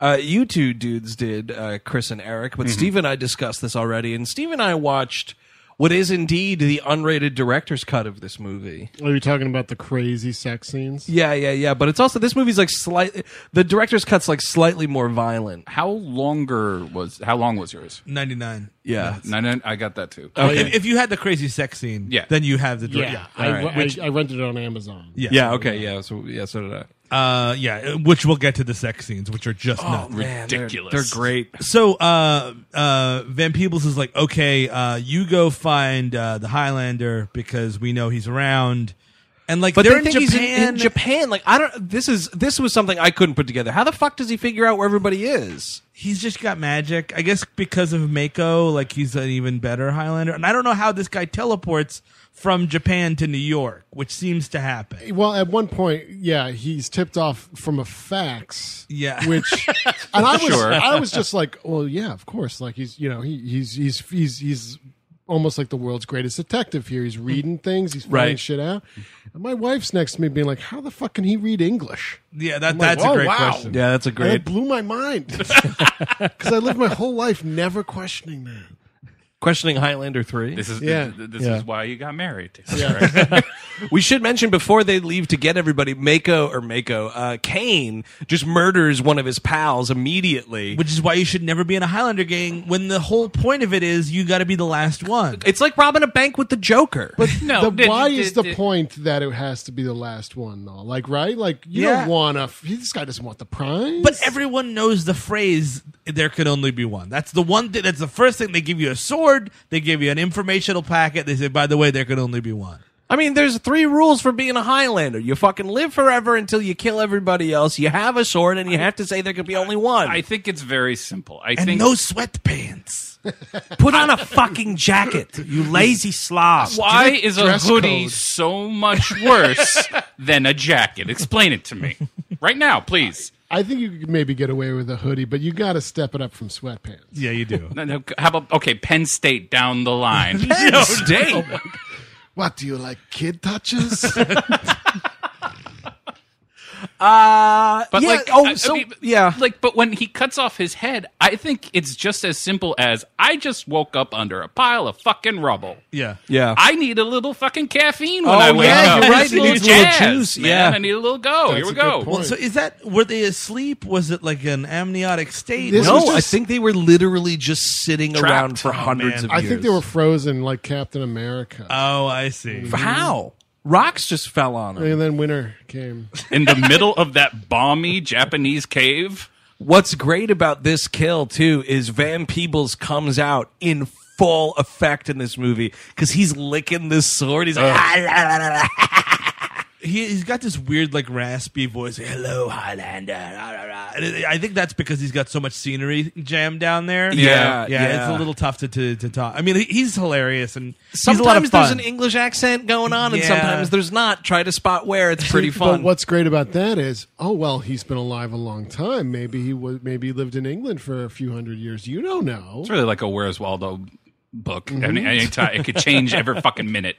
uh, you two dudes did, uh, Chris and Eric, but Steve and I discussed this already, and Steve and I watched what is indeed the unrated director's cut of this movie.
Are you talking about the crazy sex scenes?
Yeah, yeah, yeah. But it's also this movie's like slightly the director's cut's like slightly more violent.
How longer was how long was yours?
Ninety nine.
Yeah.
Nine, nine, I got that too.
If, if you had the crazy sex scene,
Yeah.
then you have the
Yeah, I,
All right.
I- I rented it on Amazon.
Yeah.
Yeah. Okay. Yeah. So yeah. So did I.
Uh, yeah, which we'll get to the sex scenes, which are just
Oh,
nuts.
Ridiculous.
Oh, They're great.
So uh, uh, Van Peebles is like, okay, uh, you go find uh, the Highlander because we know he's around, and like
But
they're
they think
in
he's
Japan.
in, in Japan. Like I don't. This is this was something I couldn't put together. How the fuck does he figure out where everybody is?
He's just got magic, I guess, because of Mako. Like he's an even better Highlander, and I don't know how this guy teleports from Japan to New York, which seems to happen.
Well, at one point, yeah, he's tipped off from a fax.
Yeah.
Which and I was
Sure.
I was just like, well, yeah, of course. Like he's you know, he, he's he's he's he's almost like the world's greatest detective here. He's reading things, he's finding
Right.
shit out. And my wife's next to me being like, How the fuck can he read English?
Yeah, that,
I'm like,
that's
"Whoa,
a great
wow."
Oh.
question.
Yeah, that's a
And it blew my mind. Because I lived my whole life never questioning that.
questioning Highlander three.
This is
Yeah.
this, this
Yeah.
is why you got married.
We should mention before they leave to get everybody, Mako or Mako, uh, Kane just murders one of his pals immediately.
Which is why you should never be in a Highlander gang when the whole point of it is you got to be the last one.
It's like robbing a bank with the Joker. But
No,
the,
it-
why
it-
is the
it-
point that it has to be the last one though? Like, right? Like, you
Yeah.
don't want to. This guy doesn't want the prize.
But everyone knows the phrase "there could only be one." That's the one thing. That's the first thing they give you a sword. They give you an informational packet. They say, "By the way, there could only be one."
I mean, there's three rules for being a Highlander: you fucking live forever until you kill everybody else. You have a sword, and you have to say there could be only one.
I think it's very simple. I
And
think
no sweatpants.
Put on a fucking jacket, you lazy slob.
why is a
dress
hoodie
code.
so much worse than a jacket? Explain it to me right now, please.
I think you could maybe get away with a hoodie, but you got to step it up from sweatpants.
yeah, you do.
No, no, How about okay, Penn State down the line?
Penn State. Oh
What do you like, kid touches?
Uh,
But
yeah,
like,
oh,
I- I
so
mean,
yeah.
like, but when he cuts off his head, I think it's just as simple as I just woke up under a pile of fucking rubble.
Yeah.
yeah.
I need a little fucking caffeine when
Oh,
I wake
yeah,
up.
you're right.
I need
It needs a little
jazz,
juice,
man.
yeah.
I need a little go. Here we
a good
go.
point.
So is that were they asleep? Was it like an amniotic state?
This
no,
was just-
I think they were literally just sitting
Trapped.
around for
Oh,
hundreds
man.
of
I
years.
think they were frozen like Captain America.
Uh,
oh, I see.
Mm-hmm. How? Rocks just fell on them.
and then winter came.
in the middle of that balmy Japanese cave.
What's great about this kill too is Van Peebles comes out in full "Ah, effect in this movie because he's licking this sword. He's like,
he, he's got this weird like raspy voice like, hello highlander rah, rah, rah." And it- i think that's because he's got so much scenery jammed down there
Yeah,
yeah,
yeah.
it's a little tough to, to, to talk i mean he- he's hilarious and
Sometimes
he's a lot of
there's
fun.
an English accent going on, and
Yeah.
sometimes there's not. Try to spot where it's pretty
But
fun.
what's great about that is, oh well, he's been alive a long time. Maybe he was, maybe he lived in England for a few hundred years. You don't know.
It's really like a Where's Waldo book.
Mm-hmm.
Mhm.
Any, anytime it could change every fucking minute.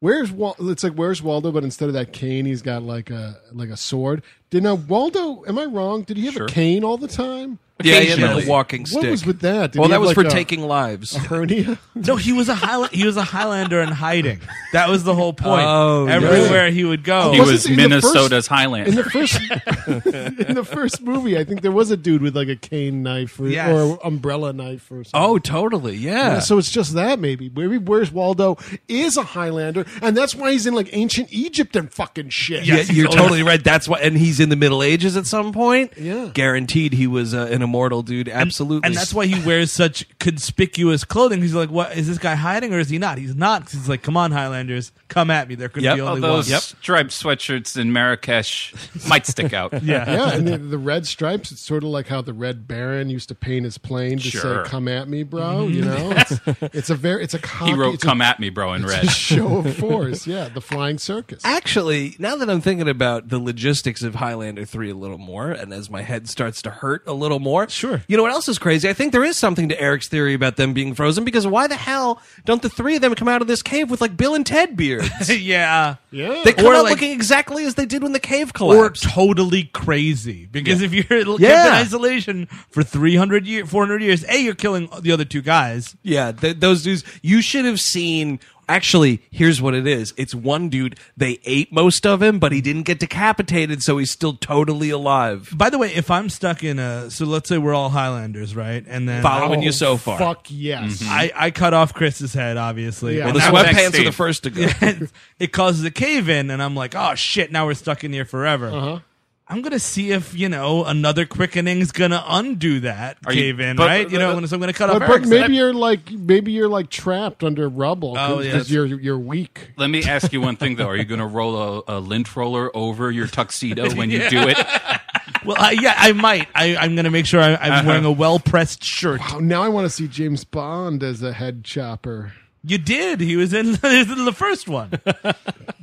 Where's Wal- it's like where's Waldo, but instead of that cane, he's got like a like a sword. Did now Waldo? Am I wrong? Did he have
Sure.
a cane all the time?
Yeah, he had a Occasionally. walking
What
stick.
was with that? Did
Well,
he
that
have,
was
like,
for
a-
taking lives.
A hernia.
no he was a Highla- he was a highlander in hiding that was the whole point
Oh, yeah.
everywhere he would
Oh.
go
He was
in the first-
Minnesota's Highlander.
In the first, in the first movie, I think there was a dude with like a cane knife or,
Yes.
or umbrella knife or something.
Oh, totally. Yeah.
Yeah, so it's just that maybe. Maybe Where's Waldo is a Highlander, and that's why he's in like ancient Egypt and fucking shit.
yeah, you're totally right. That's why, and he's in the Middle Ages at some point.
Yeah.
guaranteed he was uh, an immortal dude. Absolutely,
and that's why he wears such conspicuous clothing. He's like, "What is this guy hiding, or is he not?" He's not. 'cause he's like, "Come on, Highlanders, come at me." There could be
All
only one.
those striped sweatshirts in Marrakesh might stick out.
yeah, and the, the red stripes. It's sort of like how the Red Baron used to paint his plane to
Sure.
say "Come at me, bro."
Mhm.
You know, it's, it's a very it's a
He
cocky,
wrote
it's
"Come
a,
at me, bro" in
it's
red.
a show of force. Yeah, the flying circus.
Actually, now that I'm thinking about the logistics of Highlander 3 a little more, and as my head starts to hurt a little more, sure. You know what else is crazy? I think there is something to Eric's theory about them being frozen because why the hell don't the three of them come out of this cave with like Bill and Ted beards?
yeah,
yeah.
They come
Or
out
like-
looking exactly as they did when the cave
Or
collapsed.
totally crazy because
Yeah.
if you're kept in
Yeah.
isolation for 300 years, 400 years, A, you're killing the other two guys.
Yeah, th- those dudes. You should have seen. Actually, here's what it is. It's one dude. They ate most of him, but he didn't get decapitated, so he's still totally alive.
By the way, if I'm stuck in a, so let's say we're all Highlanders, right? And then
Following you so far.
Fuck yes.
Mm-hmm.
I, I cut off Chris's head, obviously.
Well, the sweatpants are the first to go.
it causes a cave in, and I'm like, oh shit, now we're stuck in here forever.
Uh-huh.
I'm gonna see if you know another quickening is gonna undo that
Are you-
cave in,
but-
right? You know, so I'm gonna cut off.
But, but
Eric's
maybe
head.
you're like maybe you're like trapped under rubble
Oh, yeah.
because you're you're weak.
Let me ask you one thing though: Are you going to roll a, a lint roller over your tuxedo when you
Yeah.
do it?
well, I, yeah, I might. I, I'm gonna make sure I, I'm
Uh-huh.
wearing a well pressed shirt.
Wow, Oh, now I want to see James Bond as a head chopper.
You did. He was in, he was in the first one.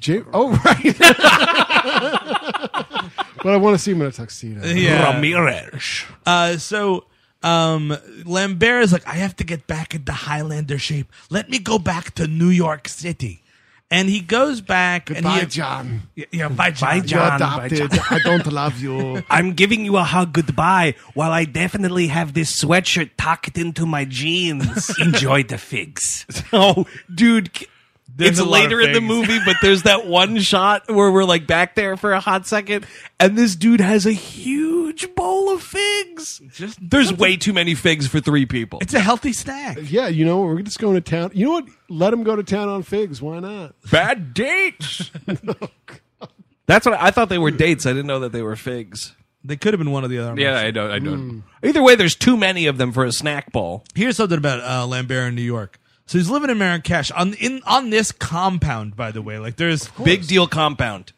Ja- oh right. but I want to see him in a tuxedo.
Yeah.
Ramirez.
Uh, so um, Lambert is like, I have to get back into Highlander shape. Let me go back to New York City. And he goes back.
Bye,
and he,
John.
Yeah, yeah, bye, John.
Bye,
You're
John, bye,
adopted. I don't love you.
I'm giving you a hug goodbye while I definitely have this sweatshirt tucked into my jeans. Enjoy the figs. Oh, dude. c-
There's
it's
a lot of
later in the
figs.
movie, but there's that one shot where we're like back there for a hot second, and this dude has a huge bowl of figs.
Just-
there's way too many figs for three people.
It's a healthy snack.
Yeah, you know, we're just going to town. You know what? Let him go to town on figs. Why not?
bad dates. That's what I, I thought they were dates. I didn't know that they were figs.
They could have been one or the other. I'm not
Yeah,
sure.
I don't. I don't.
Either way, there's too many of them for a snack bowl.
Here's something about uh, Lambert in New York. So he's living in Marrakesh on in on this compound, by the way. Like there's
Big deal compound.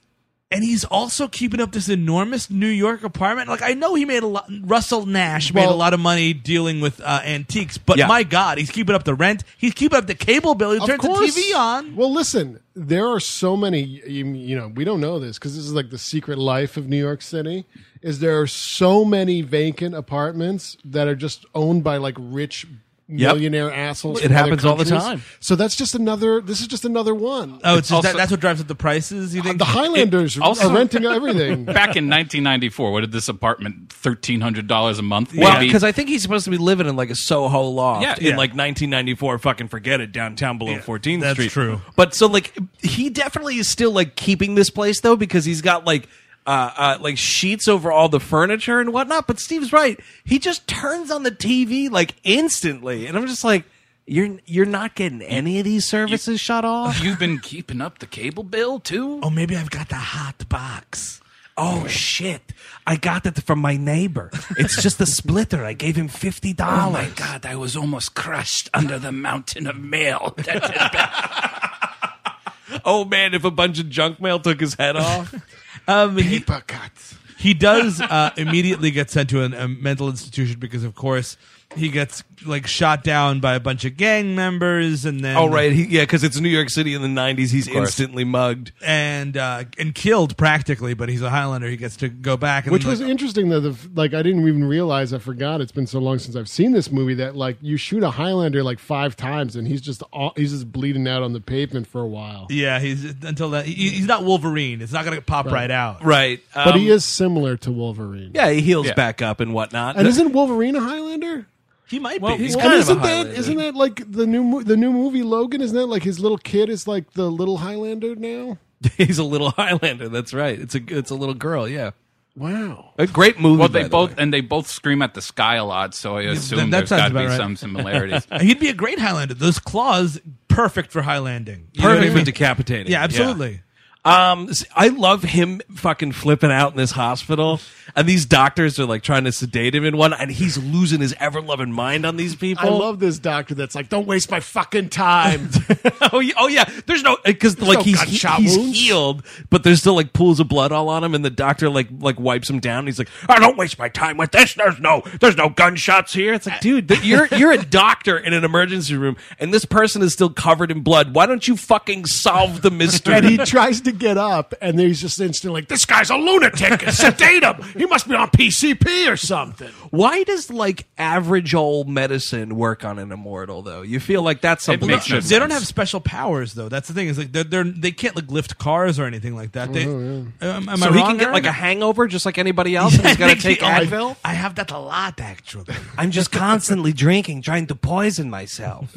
and he's also keeping up this enormous New York apartment. Like I know he made a lot. Russell Nash made
Well-
a lot of money dealing with uh, antiques, but
Yeah.
my God, he's keeping up the rent. He's keeping up the cable bill. He turns the TV on.
Well, listen, there are so many. You, you know, we don't know this because this is like the secret life of New York City. Is there are so many vacant apartments that are just owned by like rich millionaire assholes?
It
from other
happens all the
countries.
time.
So that's just another. This is just another one.
Oh, it's just
also-
that, that's what drives up the prices. You think
the Highlanders
also-
are renting everything.
Back in 1994, what did this apartment thirteen hundred dollars a month?
Well,
maybe?
because I think he's supposed to be living in like a Soho loft
Yeah.
in
Yeah.
like 1994. Fucking forget it, downtown below 14th
that's
Street.
true.
But so like he definitely is still like keeping this place though because he's got like. Uh, uh, like sheets over all the furniture and whatnot, but Steve's right. He just turns on the TV like instantly, and I'm just like, "You're you're not getting any of these services shut off."
you've been keeping up the cable bill too.
Oh, maybe I've got the hot box.
Oh shit! I got that from my neighbor. It's just a splitter. I gave him fifty
Oh
dollars.
my God! I was almost crushed under the mountain of mail.
oh man, if a bunch of junk mail took his head off.
um, Paper cuts. He does uh, immediately get sent to an, a mental institution because, of course, he gets like shot down by a bunch of gang members, and then
oh right, he, yeah, because it's New York City in the '90s. He's
Of course.
instantly mugged.
and uh, and killed practically. But he's a Highlander; he gets to go back. And
Which
like,
was interesting though. The, f- like I didn't even realize. I forgot. It's been so long since I've seen this movie that like you shoot a Highlander like five times and he's just all, he's just bleeding out on the pavement for a while.
yeah, he's until that he, he's not Wolverine. It's not going to pop right, out.
Right, um,
but he is similar to Wolverine.
Yeah, he heals
Yeah.
back up and whatnot.
And isn't Wolverine a Highlander?
He might
Well,
be.
he's
And
kind of a
isn't that
Highlander.
isn't that like the new mo- the new movie Logan? Isn't that like his little kid is like the little Highlander now?
he's a little Highlander. That's right. It's a it's a little girl. Yeah.
Wow.
A great movie.
Well, they
by the
both and they both scream at the sky a lot, so I assume there's got to be some similarities.
He'd be a great Highlander. Those claws, perfect for Highlanding. You know what I
Perfect for
mean?
decapitating.
Yeah, absolutely.
Um, s- I love him fucking flipping out in this hospital, and these doctors are like trying to sedate him in one, and he's losing his ever loving mind on these people.
I love this doctor that's like, don't waste my fucking time.
oh, yeah, oh yeah, there's no because
There's
like
no
he's
gunshot
he's
wounds.
healed, but there's still like pools of blood all on him, and the doctor like like wipes him down. And he's like, I don't waste my time with this. There's no there's no gunshots here. It's like, dude, that you're you're a doctor in an emergency room, and this person is still covered in blood. Why don't you fucking solve the mystery?
and he tries to get up, and he's just instantly like, this guy's a lunatic. Sedate him. He must be on PCP or something.
Why does like average old medicine work on an immortal though? You feel like that's something that should
they don't have special powers though. That's the thing. Is like they're, they're they can't like lift cars or anything like that. They, um, am
so
I
he
wrong,
can get
Aaron?
like a hangover just like anybody else, and he's got to take Advil.
I, I have that a lot actually.
I'm just constantly drinking, trying to poison myself.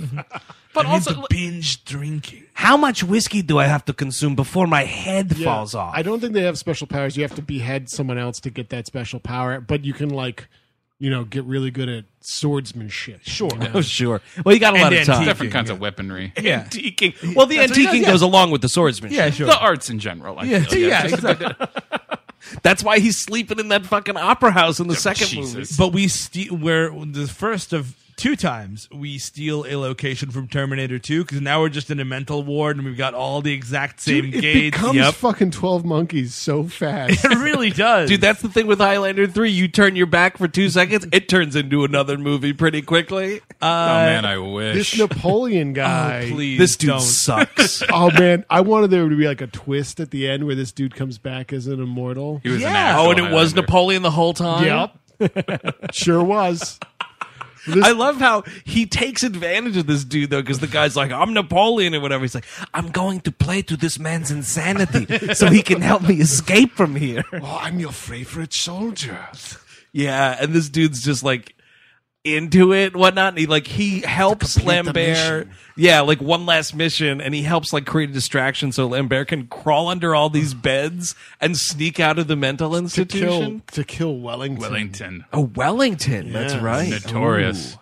But also binge drinking.
How much whiskey do I have to consume before my head
Yeah.
falls off?
I don't think they have special powers. You have to behead someone else to get that special power, but you can like, you know, get really good at swordsmanship. Sure.
Oh, sure. Well, you got a lot of time.
Different kinds of weaponry.
Yeah. Antiquing. Well, the
That's what
antiquing
he does, yeah.
goes along with the swordsmanship.
Yeah, sure. The arts in general, I Yeah, feel, yeah. yeah, Just a bit-
That's why he's sleeping in that fucking opera house
Oh,
in the second movie.
But we steal where the first of two times we steal a location from Terminator 2 because now we're just in a mental ward and we've got all the exact same
Dude, it
gates.
becomes fucking 12 monkeys so fast.
it really does.
Dude, that's the thing with Highlander 3. You turn your back for two seconds, it turns into another movie pretty quickly. Uh,
man, I
This
Oh,
Napoleon guy.
This dude sucks.
oh man, I wanted there to be like a twist at the end where this dude comes back as an immortal.
He was
Oh, and it was Napoleon the whole time?
Yep. sure was.
I love how he takes advantage of this dude though, because the guy's like, "I'm Napoleon" or whatever. He's like, "I'm going to play to this man's insanity, so he can help me escape from here."
Oh, I'm your favorite soldier.
Yeah, and this dude's just like into it and whatnot. And he like he helps
complete the
Lambert.
mission.
Yeah, like one last mission, and he helps like create a distraction so Lambert can crawl under all these beds and sneak out of the mental
To kill,
institution.
to kill Wellington.
Wellington.
Oh, Wellington. That's
Yeah.
right.
Notorious.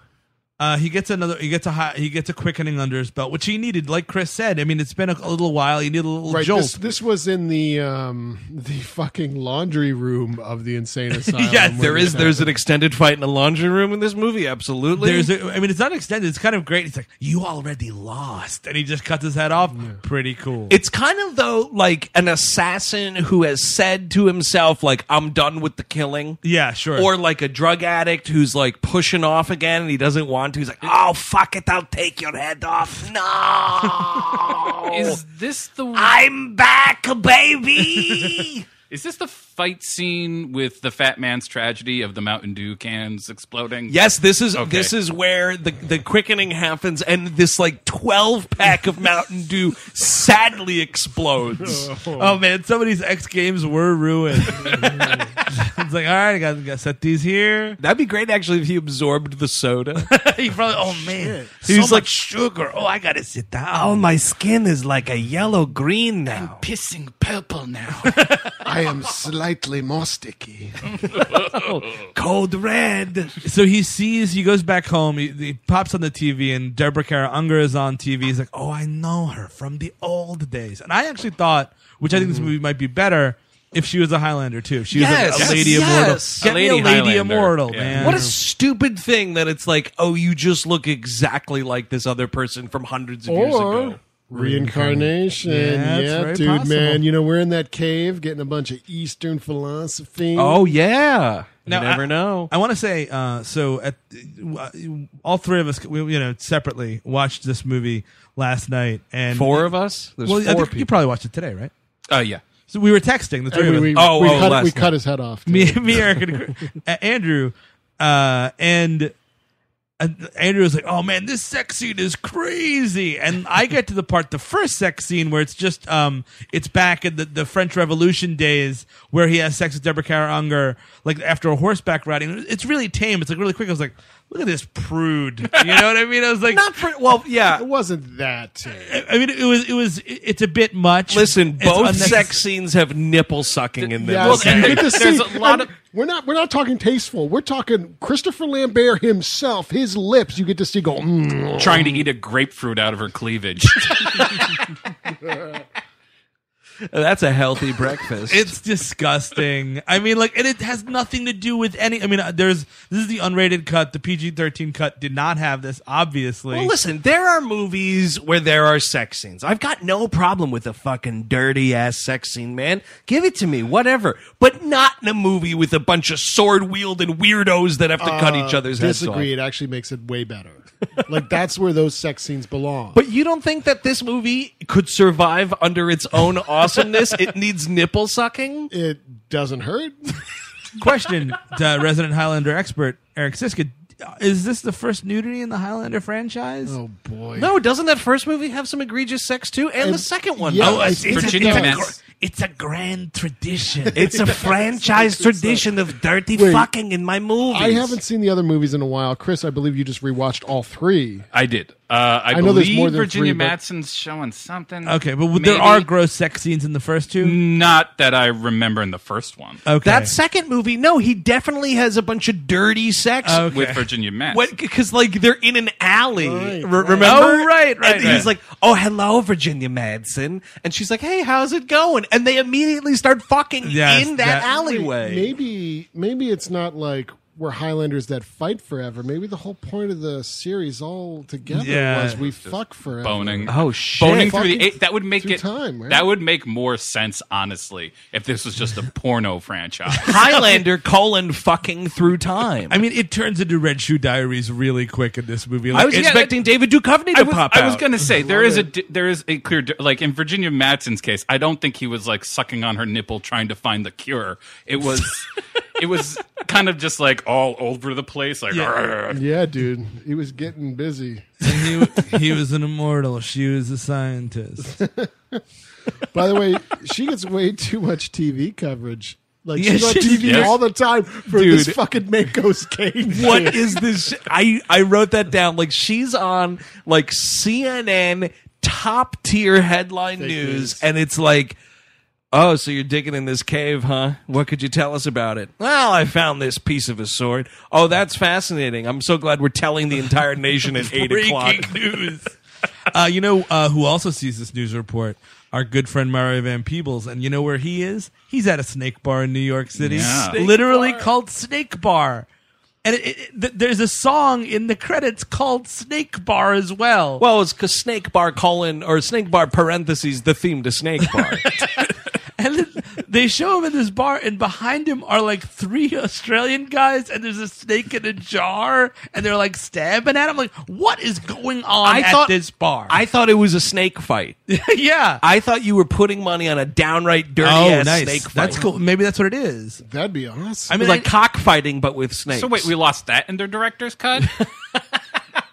Uh, he gets another. He gets a high, he gets a quickening under his belt, which he needed. Like Chris said, I mean, it's been a, a little while. He needed a little
Right.
jolt.
This, this was in the um, the fucking laundry room of the insane asylum.
Yes,
where
there
this
is. There's an
happened.
extended fight in the laundry room in this movie. Absolutely.
There's a, I mean, it's not extended. It's kind of great. He's like, "You already lost," and he just cuts his head off. Pretty cool.
It's kind of though like an assassin who has said to himself like I'm done with the killing.
Yeah, sure.
Or like a drug addict who's like pushing off again and he doesn't want to. He's like, "Oh fuck it, I'll take your head off." No.
Is this the
I'm back, baby?
Is this the fight scene with the fat man's tragedy of the Mountain Dew cans exploding?
Yes, this is
Okay.
this is where the the quickening happens and this like 12 pack of Mountain Dew sadly explodes.
oh man, some of these X Games were ruined. it's like, all right, I gotta, gotta set these here.
That'd be great actually if he absorbed the soda.
he probably, oh man,
He
so
was like-
much sugar. Oh, I gotta sit down.
Oh, my skin is like a yellow green now.
Pissing purple now.
I am slightly more sticky.
Cold red.
So he sees, he goes back home, he, he pops on the TV, and Deborah Kara Unger is on TV. He's like, oh, I know her from the old days. And I actually thought, which I think
Mm-hmm.
this movie might be better, if she was a Highlander too. If she was
Yes,
a, a Lady
yes.
Immortal. Get me a Lady Immortal, man.
What a stupid thing that it's like, oh, you just look exactly like this other person from hundreds of years
Or
ago.
Reincarnation.
Yeah, it's
yeah,
very
dude,
possible.
man. You know, we're in that cave getting a bunch of Eastern philosophy.
yeah.
Now,
never
I, know. I want to say uh, so. At uh, all three of us, we, you know, separately watched this movie last night, and
Four of us? There's
There's well, I
four
think you probably watched it today, right?
Oh yeah.
So we were texting
And
the
Uh,
three
we- we-
of us.
Oh, we oh, cut- last we cut night.
his head off,
Me, me, Eric, and uh, Andrew, uh, and. uh, Andrew was like, "Oh man, this sex scene is crazy." And I get to the part, the first sex scene where it's just, um, it's back in the, the French Revolution days where he has sex with Deborah Kara Unger, like after a horseback riding. It's really tame. It's like really quick. I was like, "Look at this prude." You know what I mean? I was like, "Not
for well, yeah."
It wasn't that.
I, I mean, it was, it was, it's a bit much.
Listen,
It's
both
unnecessary.
sex scenes have nipple sucking in them.
Yeah, so you get to see- I'm- We're not. We're not talking tasteful. We're talking Christopher Lambert himself. His lips. You get to see go. Mm.
Trying to eat a grapefruit out of her cleavage.
That's a healthy breakfast.
It's disgusting. I mean, like, and it has nothing to do with any. I mean, uh, there's this is the unrated cut. The PG thirteen cut did not have this, obviously.
Well, listen, there are movies where there are sex scenes. I've got no problem with a fucking dirty ass sex scene, man. Give it to me, whatever. But not in a movie with a bunch of sword wielding weirdos that have to cut
Uh,
each other's heads off.
disagree. It actually makes it way better. like that's where those sex scenes belong.
But you don't think that this movie could survive under its own awesomeness? it needs nipple sucking?
It doesn't hurt.
Question to resident Highlander expert Eric Siska: uh, Is this the first nudity in the Highlander franchise? Oh
boy!
No, doesn't that first movie have some egregious sex too? And,
Um,
the second one.
yeah,
does.
Oh, I it's- think it's a- it it's a does. gr- it's a grand tradition.
It's a franchise tradition of dirty
Wait.
fucking in my movies.
I haven't seen the other movies in a while. Chris, I believe you just rewatched all three.
I did. Uh, I,
I know there's
believe
more than
Virginia
three, but-
Madsen's showing something.
Okay, but w- there
maybe.
are gross sex scenes in the first two.
Mm.
Not that I remember in the first one.
Okay.
That second movie, no, he definitely has a bunch of dirty sex
with Virginia Madsen.
Because like they're in an alley, re-
right.
remember?
Oh, right, right,
And
right.
he's like, "Oh, hello, Virginia Madsen," and she's like, "Hey, how's it going?" And they immediately start fucking in that, alleyway.
Maybe maybe it's not like we're Highlanders that fight forever. Maybe the whole point of the series all together
Yeah.
was we
Just
fuck forever.
boning.
Oh shit!
Boning through the
Fucking
eight. That would make
through
it.
time, right?
That would make more sense, honestly, if this was just a porno franchise.
Highlander colon fucking through time.
I mean, it turns into Red Shoe Diaries really quick in this movie.
I was expecting David Duchovny to
I was,
pop
I was
out.
gonna say there is a di- there is a clear di- like in Virginia Madsen's case. I don't think he was like sucking on her nipple trying to find the cure. It was it was kind of just like all over the place. Like "Arr."
Yeah, dude. He was getting busy.
He, he was an immortal. She was a scientist.
By the way, she gets way too much TV coverage. Like
Yeah,
she's on
she-
TV
yeah.
all the time for this
Dude.
fucking Mako's cave.
What
dude.
is this? I I wrote that down. Like she's on like CNN top tier headline news, and it's like, oh, so you're digging in this cave, huh? What could you tell us about it? Well, I found this piece of a sword. Oh, that's fascinating. I'm so glad we're telling the entire nation at eight o'clock.
Breaking news. uh, you know uh, who also sees this news report? Our good friend Mario Van Peebles, and you know where he is? He's at a snake bar in New York City,
Yeah. Snake
literally called Snake Bar. And it, it, th- there's a song in the credits called Snake Bar as well.
Well, it's because Snake Bar colon or Snake Bar parentheses the theme to Snake Bar.
And then they show him in this bar, and behind him are like three Australian guys, and there's a snake in a jar, and they're like stabbing at him. Like, what is going on
I
at
thought-
this bar?
I thought it was a snake fight.
yeah,
I thought you were putting money on a downright dirty ass snake fight.
Oh, That's cool. Maybe that's what it is.
That'd be awesome.
I mean, like cockfighting, but with snakes.
So wait, we lost that in their director's cut.
no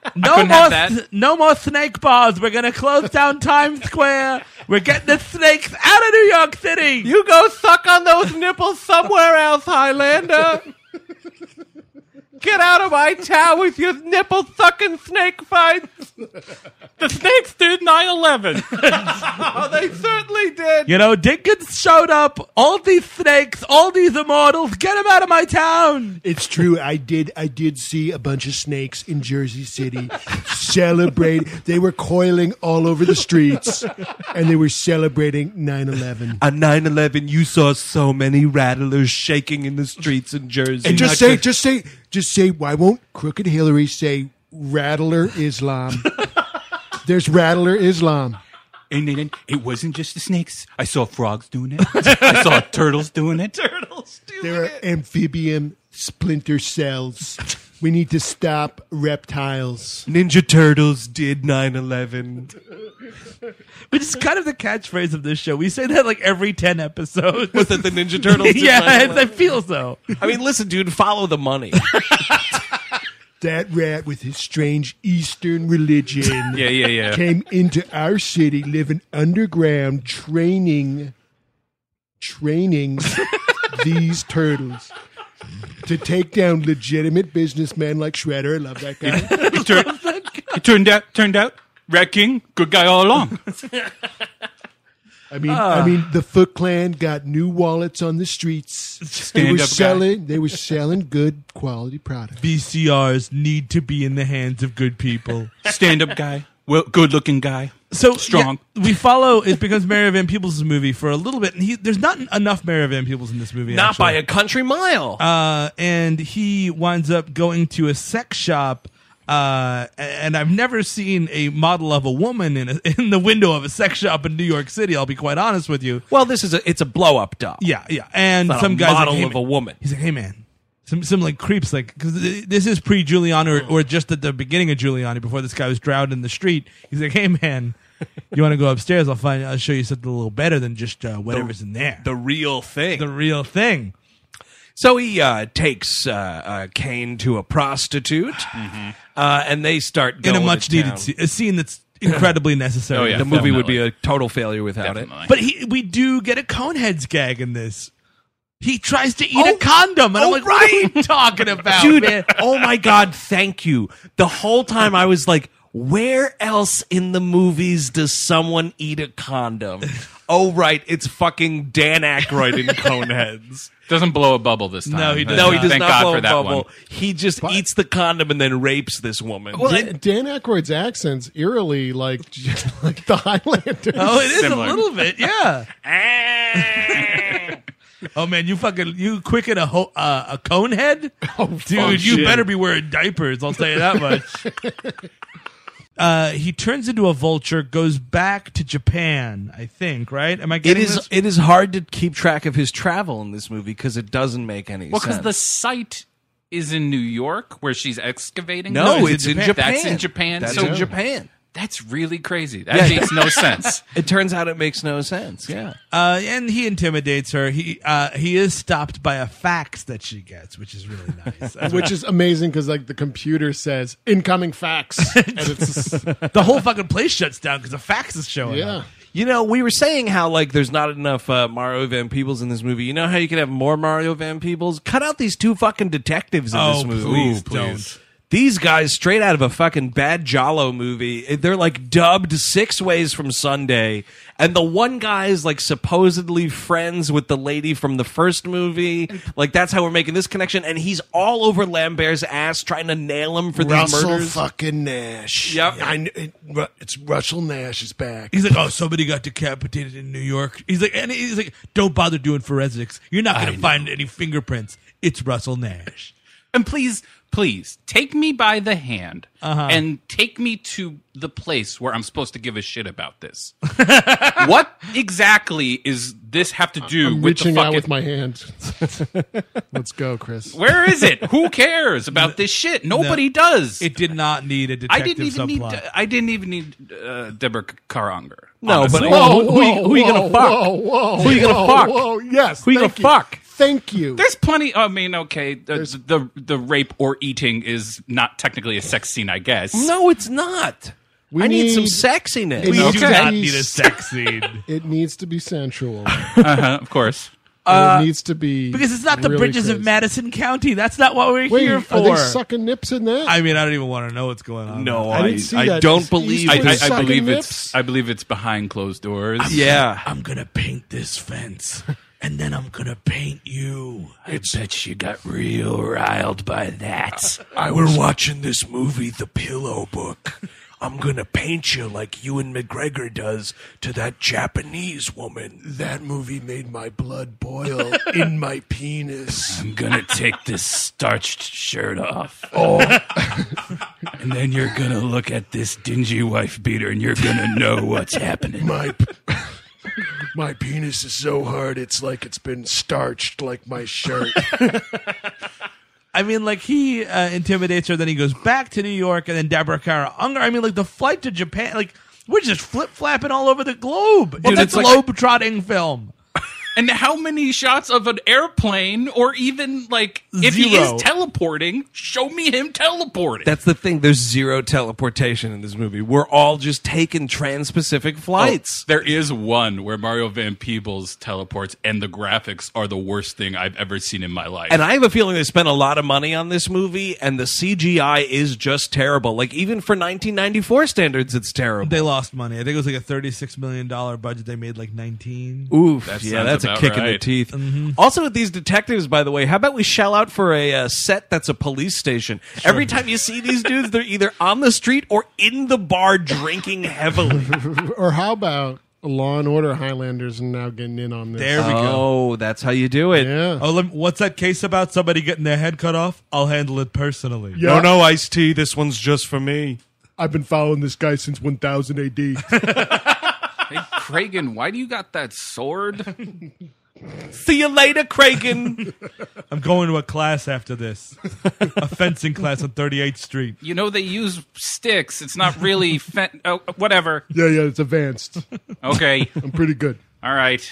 couldn't
more,
have that.
th- no more snake bars. We're gonna close down Times Square. We're getting the snakes out of New York City.
You go suck on those nipples somewhere else, Highlander. Get out of my town with your nipple sucking snake fights.
the snakes did 9-11.
Oh, they certainly did.
You know, Oh, Dickens showed up. All these snakes, all these immortals. Get them out of my town.
It's true. I did. I did see a bunch of snakes in Jersey City celebrate. They were coiling all over the streets, and they were celebrating 9/11.
On 9 11, you saw so many rattlers shaking in the streets in Jersey.
And just say, just say, just say. Why won't Crooked Hillary say Rattler Islam? There's Rattler Islam.
And then it wasn't just the snakes. I saw frogs doing it. I saw turtles doing it.
Turtles doing
there are amphibian splinter cells. we need to stop reptiles.
Ninja Turtles did 9 11.
Which is kind of the catchphrase of this show. We say that like every 10 episodes.
Was that the Ninja Turtles did
yeah,
9/11?
it- I feel so.
I mean, listen, dude, follow the money.
That rat with his strange Eastern religion
Yeah, yeah, yeah.
came into our city living underground, training, training these turtles to take down legitimate businessmen like Shredder. I love that guy.
It, tur- it turned out, turned out, Rat King, good guy all along.
I mean,
Ah.
I mean, the Foot Clan got new wallets on the streets. they
Stand
were
up guy.
selling. They were selling good quality products.
VCRs need to be in the hands of good people.
Stand up guy, well, good looking guy.
So
strong.
yeah, we follow. It becomes Mary Van Peebles' movie for a little bit, and he, there's not enough Mary Van Peebles in this movie.
Not
actually.
by a country mile.
Uh, and he winds up going to a sex shop. Uh, and I've never seen a model of a woman in a, in the window of a sex shop in New York City. I'll be quite honest with you.
Well, this is a it's a blow up doll.
Yeah, yeah. And
It's not
some
a
guys
model
like, hey,
of
man-
a woman.
He's like, hey man, some some like creeps like because this is pre Giuliani or, or just at the beginning of Giuliani before this guy was drowned in the street. He's like, hey man, you want to go upstairs? I'll find I'll show you something a little better than just uh, whatever's in there.
The real thing. The
real thing.
So he uh, takes uh, uh, Kane to a prostitute, uh, and they start
in
going
a much
to
needed
town. Oh,
scene, a scene that's incredibly necessary.
Oh,
the movie would be a total failure without it.
But he, we do get a Coneheads gag in this. He tries to eat a condom, and I'm
oh,
like, what are we talking about,
dude,
man?
oh my god, thank you. The whole time I was like, where else in the movies does someone eat a condom? oh right, it's fucking Dan Aykroyd in Coneheads.
Doesn't blow a bubble this time.
No, he does.
Thank
No, he does
Thank
not
God
blow
for
a
that
bubble.
one.
He just eats the condom and then rapes this woman.
Well, Dan Aykroyd's accent's eerily like like the Highlander.
Oh, it is a little bit, yeah. oh man, you fucking you quicken a ho- uh, a cone head, dude.
fuck,
you
shit.
better be wearing diapers. I'll tell you that much. uh, he turns into a vulture, goes back to Japan. I think, right? Am I
it
getting
is
this?
it is hard to keep track of his travel in this movie because it doesn't make any
Well,
sense.
because the site is in New York where she's excavating.
No,
them?
it's in Japan.
That's in Japan.
That's
so
in Japan.
That's really crazy. That
Yeah.
makes no sense.
it turns out it makes no sense. Yeah.
Uh, and he intimidates her. He uh, he is stopped by a fax that she gets, which is really nice. That's
which
what-
is amazing because like the computer says incoming fax, and it's
the whole fucking place shuts down because the fax is showing. Yeah. Up.
You know, we were saying how like there's not enough uh, Mario Van Peebles in this movie. You know how you could have more Mario Van Peebles? Cut out these two fucking detectives in
Oh,
this movie.
please Ooh, please.
These guys straight out of a fucking bad Jalo movie. eh, They're like dubbed six ways from Sunday, and the one guy is like supposedly friends with the lady from the first movie. Like that's how we're making this connection, and he's all over Lambert's ass trying to nail him for these
Russell
murders.
fucking Nash.
Yep.
I, kn- it, Ru- it's Russell Nash is back.
He's like, oh, somebody got decapitated in New York. He's like, and he's like, don't bother doing forensics. You're not going to find any fingerprints. It's Russell Nash.
And please, please take me by the hand and take me to the place where I'm supposed to give a shit about this. what exactly is this have to do
I'm
with the
reaching
fucking?
out with my hand. Let's go, Chris.
where is it? Who cares about this shit? Nobody does.
It did not need a
I
detective
didn't even
subplot.
need. I didn't even need uh, Deborah Karanger.
No,
honestly.
but
oh.
Whoa, who- who you- who you gonna fuck?
Whoa, whoa,
Who you gonna
whoa,
fuck?
Whoa, yes.
Who you
thank
gonna fuck?
Thank you.
There's plenty. I mean, okay, the, the the rape or eating is not technically a sex scene, I guess.
No, it's not.
We
I need, some
need-
sexiness.
It We needs do to not be- need a
sex scene.
It needs to be sensual.
uh-huh, of course.
And it needs to be
Uh, because it's not the
really
bridges of
crazy.
Madison County. That's not what we're
Wait,
here for.
are they sucking nips in that?
I mean, I don't even want to know what's going on.
No,
I didn't see that. Is
I,
Eastwood
I, I
sucking
believe
nips?
it's. I believe it's behind closed doors.
Yeah.
I'm gonna paint this fence, and then I'm gonna paint you.
I bet you got
real riled by that.
I were watching this movie, The Pillow Book.
I'm going to paint you like Ewan McGregor does to that Japanese woman. That movie made my blood boil in my penis.
I'm gonna take this starched shirt off.
Oh.
and then you're gonna look at this dingy wife beater and you're gonna know what's happening.
My my penis is so hard it's like it's been starched like my shirt.
I mean, like he uh, intimidates her, then he goes back to New York, and then Deborah Kara Unger. I mean, like the flight to Japan. Like we're just flip flapping all over the globe.
Dude,
it's a
it's like-
globe trotting film.
And how many shots of an airplane, or even like if he
Zero.
is teleporting, show me him teleporting.
That's the thing. There's zero teleportation in this movie. We're all just taking trans-Pacific flights.
Oh, there is one where Mario Van Peebles teleports, and the graphics are the worst thing I've ever seen in my life.
And I have a feeling they spent a lot of money on this movie, and the CGI is just terrible. Like even for 1994 standards, it's terrible.
They lost money. I think it was like a thirty-six million dollar budget. They made like nineteen.
Oof, yeah, that's a kick in the teeth.
Mhm.
Also, with these detectives, by the way, how about we shell out for a uh, set that's a police station? Every time you see these dudes, they're either on the street or in the bar drinking heavily.
or how about Law and Order Highlanders and now getting in on this?
There we go.
Oh, that's how you do it.
Yeah.
Oh, lem- what's that case about? Somebody getting their head cut off? I'll handle it personally.
Yeah. No, no,
Ice T. This one's just for me.
I've been following this guy since 1000 AD.
hey, Kragan, why do you got that sword?
See you later, Kragan.
I'm going to a class after this, a fencing class on 38th Street.
you know they use sticks. It's not really fe- oh, whatever.
yeah, yeah, it's advanced.
Okay.
I'm pretty good.
All right.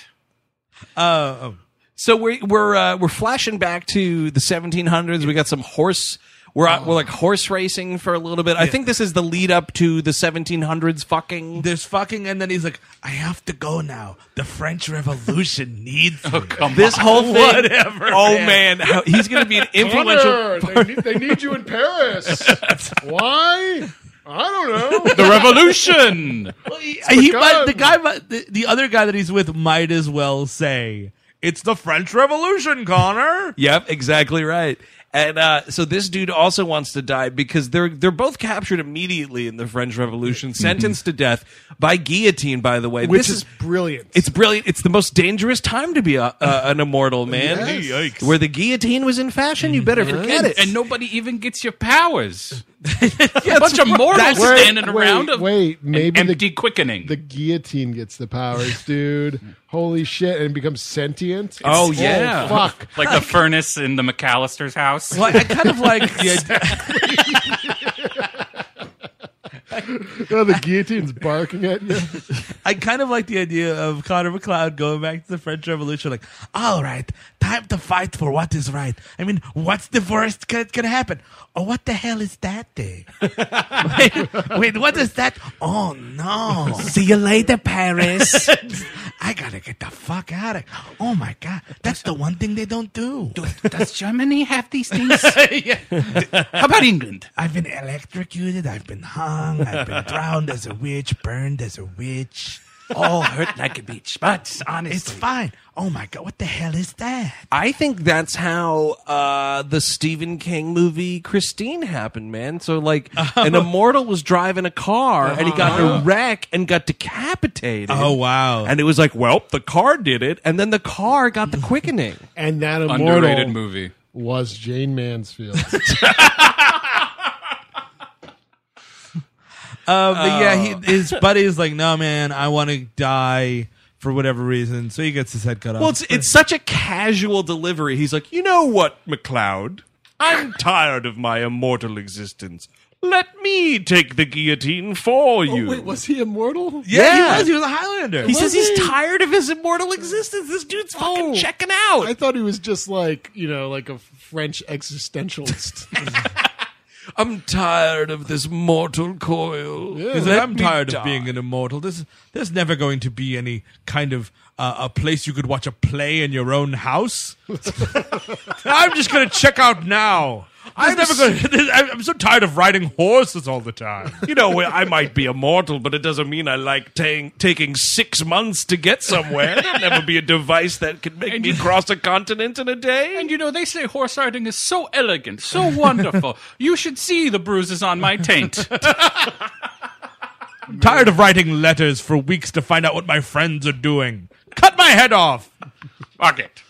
Uh,
so we're we're uh, we're flashing back to the 1700s. We got some horse. We're out we're like horse racing for a little bit. I
Yeah.
think this is the lead up to the 1700s. Fucking.
There's fucking, and then he's like, I have to go now. The French Revolution needs oh,
come
This whole thing.
Whatever.
Oh man, how, he's gonna be an influential.
Connor, they, need, they need you in Paris. Why? I don't know.
revolution.
Uh, he might, the guy, might- the, the other guy that he's with, might as well say, "It's the French Revolution, Connor."
Yep, exactly right. And uh, so this dude also wants to die because they're they're both captured immediately in the French Revolution, sentenced to death by guillotine. By the way,
Which
this
is brilliant.
It's brilliant. It's the most dangerous time to be a, uh, an immortal man.
Yes. Yikes.
Where the guillotine was in fashion, you better forget
and,
it.
and nobody even gets your powers. a bunch of mortals
That's- Wait,
standing
wait,
around. Of,
wait, maybe
an
the-
empty quickening.
The guillotine gets the powers, dude. Holy shit. And becomes sentient.
oh yeah,
fuck.
Like the furnace in the McAllister's house.
Well, I kind of like the idea-
Oh, the guillotine's barking at you.
I kind of like the idea of Connor McLeod going back to the French Revolution, like, all right, time to fight for what is right. I mean, what's the worst that can happen? Oh, what the hell is that thing? wait, wait, what is that? Oh, no.
See you later, Paris.
I gotta get the fuck out of Oh, my God. That's the one thing they don't do.
Does Germany have these things?
How
about England?
I've been electrocuted, I've been hung, I've been drowned as a witch, burned as a witch.
All hurt like a
beach, but honestly. It's fine. Oh my god, what the hell is that?
I think that's how uh, the Stephen King movie Christine happened, man. So like, an immortal was driving a car and he got in a wreck and got decapitated.
Oh, wow!
And it was like, well, the car did it, and then the car got the quickening.
And that immortal
Underrated
movie
was Jane Mansfield.
Uh, but yeah,
Oh.
he, his buddy is like, no, man, I want to die for whatever reason. So he gets his head cut off.
Well, it's it's such a casual delivery. He's like, you know what, McLeod, I'm tired of my immortal existence. Let me take the guillotine
Oh,
for you.
wait, was he immortal?
Yeah, he was.
He was a Highlander.
He Oh. says he's tired of his immortal existence. This dude's fucking checking out.
I thought he was just like, you know, like a French existentialist.
I'm tired of this mortal coil.
He's like, I'm tired of being an immortal. This, there's never going to be any kind of uh, a place you could watch a play in your own house. I'm just going to check out now. I'm never going. to I'm so tired of riding horses all the time.
You know, well, I might be immortal, but it doesn't mean I like ta- taking six months to get somewhere. There'll never be a device that could make me cross a continent in a day.
And you know they say horse riding is so elegant, so wonderful. you should see the bruises on my taint.
I'm tired of writing letters for weeks to find out what my friends are doing. Cut my head off.
Fuck it.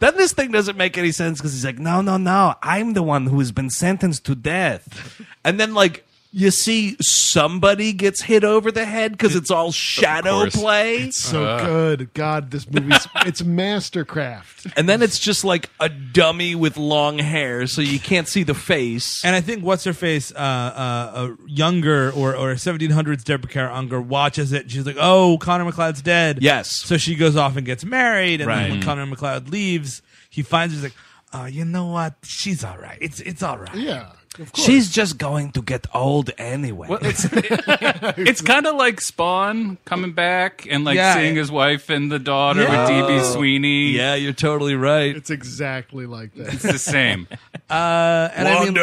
Then this thing doesn't make any sense because he's like, no, no, no, I'm the one who has been sentenced to death. And then, like, you see somebody gets hit over the head because it's all shadow
course.
play.
It's so good. God, this movie's it's mastercraft.
And then it's just like a dummy with long hair, so you can't see the face.
And I think what's her face, uh, uh, a younger or or 1700s Deborah Kerr Unger watches it. And she's like, "Oh, Connor McLeod's dead."
Yes.
So she goes off and gets married, and
Right. Mm.
then when Connor McLeod leaves, he finds her. He's like, "Oh, you know what? She's all right. It's it's all right."
Yeah.
She's just going to get old anyway.
Well, it's it's kind of like Spawn coming back and like
Yeah.
seeing his wife and the daughter with
Yeah.
DB Sweeney.
Yeah, you're totally right.
It's exactly like that.
It's the same.
Uh, and I mean,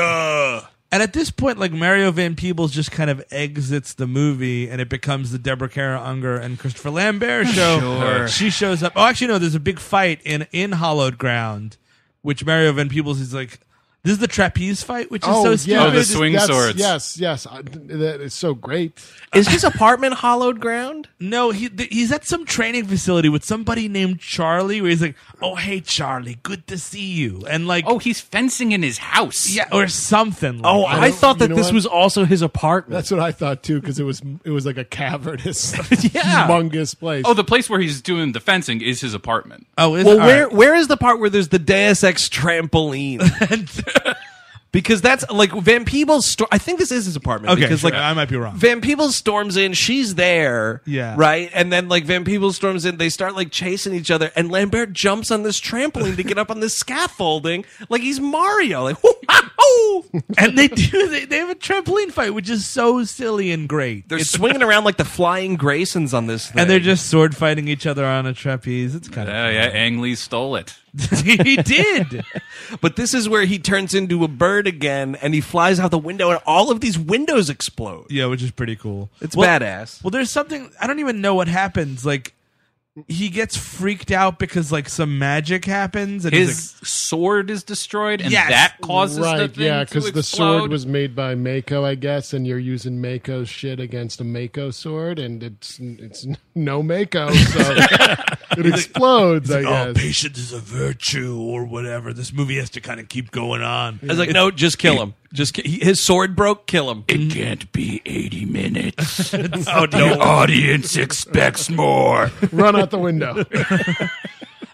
and at this point, like Mario Van Peebles just kind of exits the movie, and it becomes the Deborah Kara Unger and Christopher Lambert show.
Sure.
She shows up. Oh, actually, no. There's a big fight in in Hollowed Ground, which Mario Van Peebles is like, "This is the trapeze fight," which is
Oh,
so stupid.
Oh, That's- Yes, yes. I, that is so great.
Is his apartment hollowed ground?
No, he th- he's at some training facility with somebody named Charlie, where he's like, "Oh, hey, Charlie, good to see you," and like, "Oh,
he's fencing in his house,"
yeah, or something. Like
Oh,
that.
I thought that this was also his apartment.
That's what I thought too, because it was it was like a cavernous, humongous place.
Oh, the place where he's doing the fencing is his apartment.
Uh,
Oh,
well, where where is the part where there's the Deus Ex trampoline? because that's like Van Peebles. Sto- I think this is his apartment.
Okay,
because
sure.
like
I might be wrong.
Van Peebles storms in. She's there.
Yeah.
Right. And then like Van Peebles storms in. They start like chasing each other, and Lambert jumps on this trampoline to get up on this scaffolding like he's Mario. Like, "Hoo, ha, hoo!"
and they do they, they have a trampoline fight, which is so silly and great.
they're swinging around like the flying Graysons on this thing.
and they're just sword fighting each other on a trapeze. It's kind of
Yeah, yeah, Ang Lee stole it.
he did.
But this is where he turns into a bird again and he flies out the window and all of these windows explode.
Yeah, which is pretty cool.
It's
Well-
badass.
Well, there's something I don't even know what happens. Like he gets freaked out because like some magic happens. And he's
His sword is destroyed, and
Yes.
that causes the
right,
thing
yeah,
because
the sword was made by Mako, I guess, and you're using Mako's shit against a Mako sword, and it's it's no Mako, so it explodes. I
like,
guess.
oh, patience is a virtue or whatever. This movie has to kind of keep going on.
I was like, no, just kill him. Just ki- he- his sword broke. Kill him.
It can't be 80 minutes.
Oh, no.
The audience expects more.
Run out the window.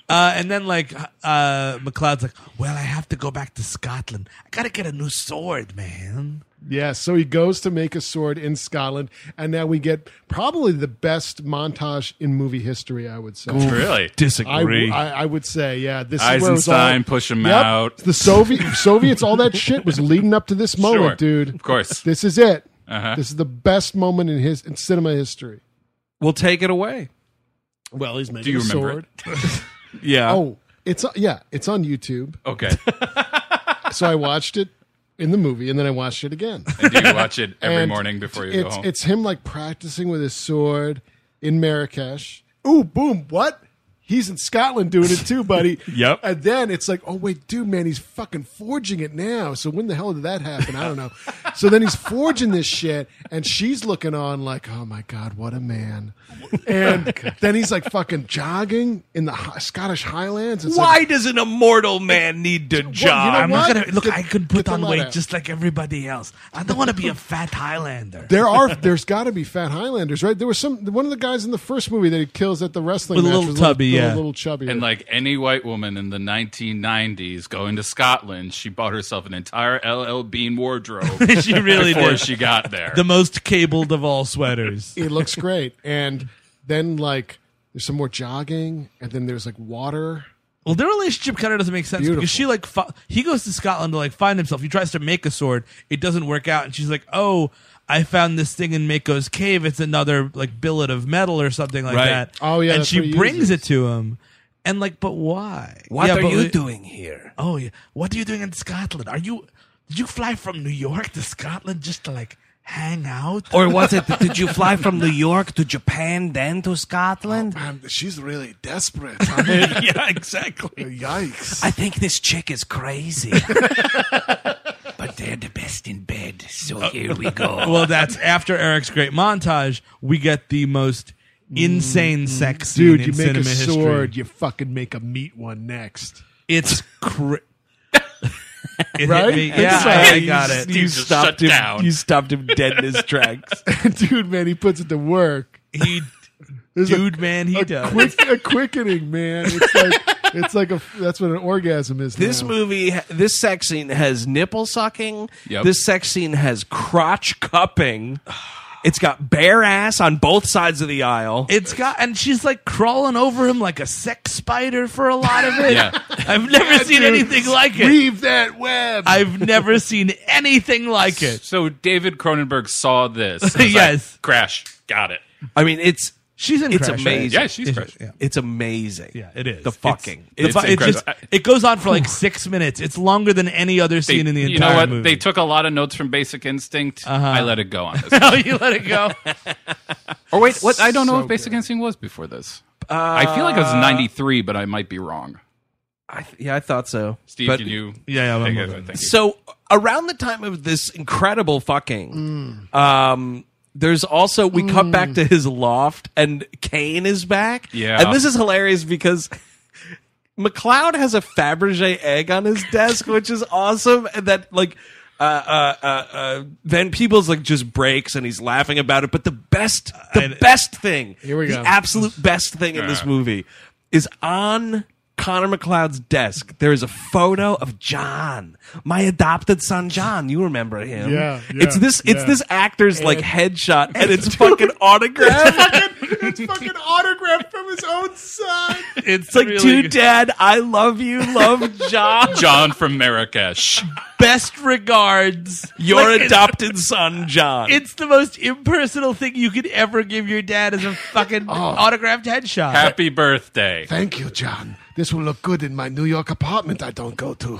Uh, and then like uh, McLeod's like, well, I have to go back to Scotland. I gotta get a new sword, man.
Yeah, so he goes to make a sword in Scotland, and now we get probably the best montage in movie history. I would say.
Oof, Really? disagree.
I, w- I- I would say, yeah. This is where it was
Eisenstein
all-
push him
Yep.
out.
The Soviet Soviets, all that shit was leading up to this moment,
Sure.
dude.
Of course.
this is it.
Uh-huh.
This is the best moment in his in cinema history.
We'll take it away.
Well, he's making
Do you
a
remember
sword.
it?
Uh-huh.
yeah.
Oh, it's yeah, it's on YouTube.
Okay.
so I watched it in the movie, and then I watched it again.
And do you watch it every
And
morning before you
it's,
go home?
It's him like practicing with his sword in Marrakesh. Ooh, boom! What? He's in Scotland doing it too, buddy.
Yep.
And then it's like, oh wait, dude, man, he's fucking forging it now. So when the hell did that happen? I don't know. so then he's forging this shit, and she's looking on like, oh my god, what a man. And then he's like fucking jogging in the Hi- Scottish Highlands. It's
Why
like,
does an immortal man need to job?
know
I'm
what?
not gonna look.
Get-
I can put
get the
on
lot
weight
out.
just like everybody else. I don't want to be a fat Highlander.
There are there's got to be fat Highlanders, right? There was some one of the guys in the first movie that he kills at the wrestling
With a
match
little
was
tubby,
little,
yeah.
little chubby,
And like any white woman in the 1990s going to Scotland, she bought herself an entire LL Bean wardrobe.
She really
before
did.
she got there.
The most cabled of all sweaters.
it looks great. And then like there's some more jogging, and then there's like water.
Well, their relationship kind of doesn't make sense because she like fi- he goes to Scotland to like find himself. He tries to make a sword. It doesn't work out, and she's like, "Oh, I found this thing in Mako's cave. It's another like billet of metal or something like
Right.
that."
Oh, yeah,
and
that's what
she
he
brings
uses.
it to him, and like, but why?
What
Yeah,
are
but
you
we-
doing here?
Oh yeah, what are you doing in Scotland? Are you did you fly from New York to Scotland just to like hang out,
Or was it? Did you fly from New York to Japan, then to Scotland?
Man, she's really desperate. I mean,
yeah, exactly.
Yikes!
I think this chick is crazy.
But they're the best in bed. good. So here we go.
well, that's after Eric's great montage. We get the most insane sex scene
Mm. Dude,
in
you make
cinema
a
history.
sword, you fucking make a meat one next.
It's cr- It hit
Right?
me.
I'm
Yeah,
sorry.
I got it.
You just shut down.
stopped him dead in his tracks.
Dude, man, he puts it to work.
He, dude, man, he does.
Quick, a quickening, man. It's like it's like a that's what an orgasm is.
This
now.
movie, this sex scene has nipple sucking.
Yep.
This sex scene has crotch cupping. It's got bare ass on both sides of the aisle.
It's got, and she's like crawling over him like a sex spider for a lot of it.
Yeah.
I've never
Yeah,
seen
dude.
anything like it.
Weave that web.
I've never seen anything like it.
So David Cronenberg saw this. and was
Yes.
like, crash. Got it.
I mean, it's
she's in
It's
Crash, right?
amazing.
Yeah, she's
It's-
Crash, yeah.
It's amazing. Yeah,
it is
the fucking.
The fu- it's just- it goes on for like six minutes. It's longer than any other
They-
scene in the entire
you know what?
movie.
They took a lot of notes from Basic Instinct.
Uh-huh.
I let it go on this.
Oh, you let it go.
or wait, what? I don't know
So
if Basic Instinct was before this. I feel like it was
Uh,
'93, but I might be wrong.
yeah, I thought so.
Steve,
But-
can you?
Yeah, yeah,
take
I'm
it?
moving.
Thank you.
So around the time of this incredible fucking, um, there's also we cut back to his loft and Kane is back.
Yeah.
and this is hilarious because. McLeod has a Fabergé egg on his desk, which is awesome. And that, like, uh, uh, uh, uh, Van Peebles like just breaks and he's laughing about it. But the best, the best thing, here
we
the
go.
absolute best thing in this
Yeah.
movie is on Connor McLeod's desk. There is a photo of John, my adopted son John. You remember him?
Yeah,
it's
yeah,
this. It's
yeah.
this actor's like headshot, and it's fucking autographed.
it's fucking autographed from his own son.
It's like,
really-
dude, Dad, I love you, love John.
John from Marrakesh.
Best regards,
Your
Like, it's-
adopted son, John.
It's the most impersonal thing you could ever give your dad as a fucking
Oh.
autographed headshot.
Happy birthday.
Thank you, John. This will look good in my New York apartment I don't go to.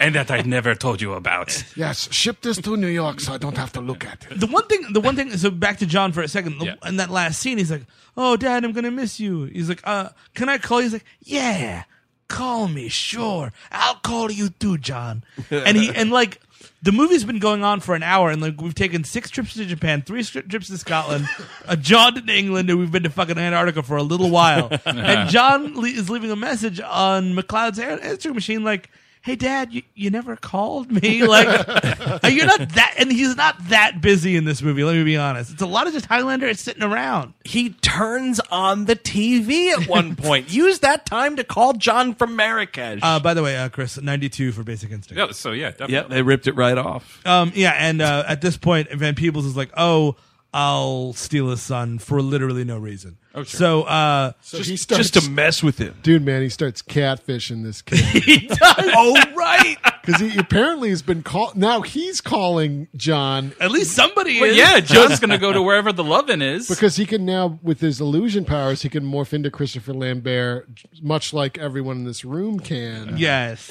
and that I never told you about.
yes, ship this to New York so I don't have to look at it.
The one thing, the one thing. So back to John for a second. The- In that last scene, he's like, "Oh, Dad, I'm gonna miss you." He's like, "Uh, can I call?" you?" He's like, "Yeah, call me, sure. I'll call you too, John." and he and like the movie's been going on for an hour, and like we've taken six trips to Japan, three stri- trips to Scotland, a John to England, and we've been to fucking Antarctica for a little while. and John le- is leaving a message on McLeod's an- answering machine, like. Hey Dad, you, you never called me. Like, uh, you're not that, and he's not that busy in this movie. Let me be honest. It's a lot of just Highlander. It's sitting around.
He turns on the TV at one point. Use that time to call John from Marrakesh.
Uh, by the way, uh, Chris, 92 for Basic Instinct.
Yeah, so yeah, definitely.
Yep, they ripped it right off.
Um, yeah, and uh, at this point, Van Peebles is like, "Oh, I'll steal his son for literally no reason."
Oh,
sure.
So, uh,
So he Just- starts- just to
mess with him.
Dude, man, he starts catfishing this kid.
oh, right.
Because he apparently has been called. Now he's calling John
At least somebody
Well,
is.
yeah, John's gonna go to wherever the lovin' is.
because he can now, with his illusion powers, he can morph into Christopher Lambert, much like everyone in this room can.
Yes.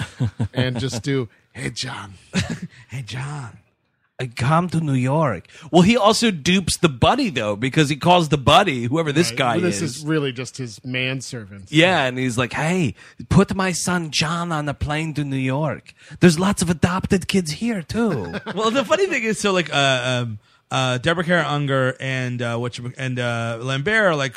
and just do, hey, John.
hey, John.
I come to New York. Well, he also dupes the buddy though because he calls the buddy whoever this guy
Well, this
is.
is. really just his manservant.
Yeah, and he's like, "Hey, put my son John on a plane to New York. There's lots of adopted kids here too."
well, the funny thing is, so like, uh, um, uh, Deborah Kerr Unger and uh, what you, and uh, Lambert are like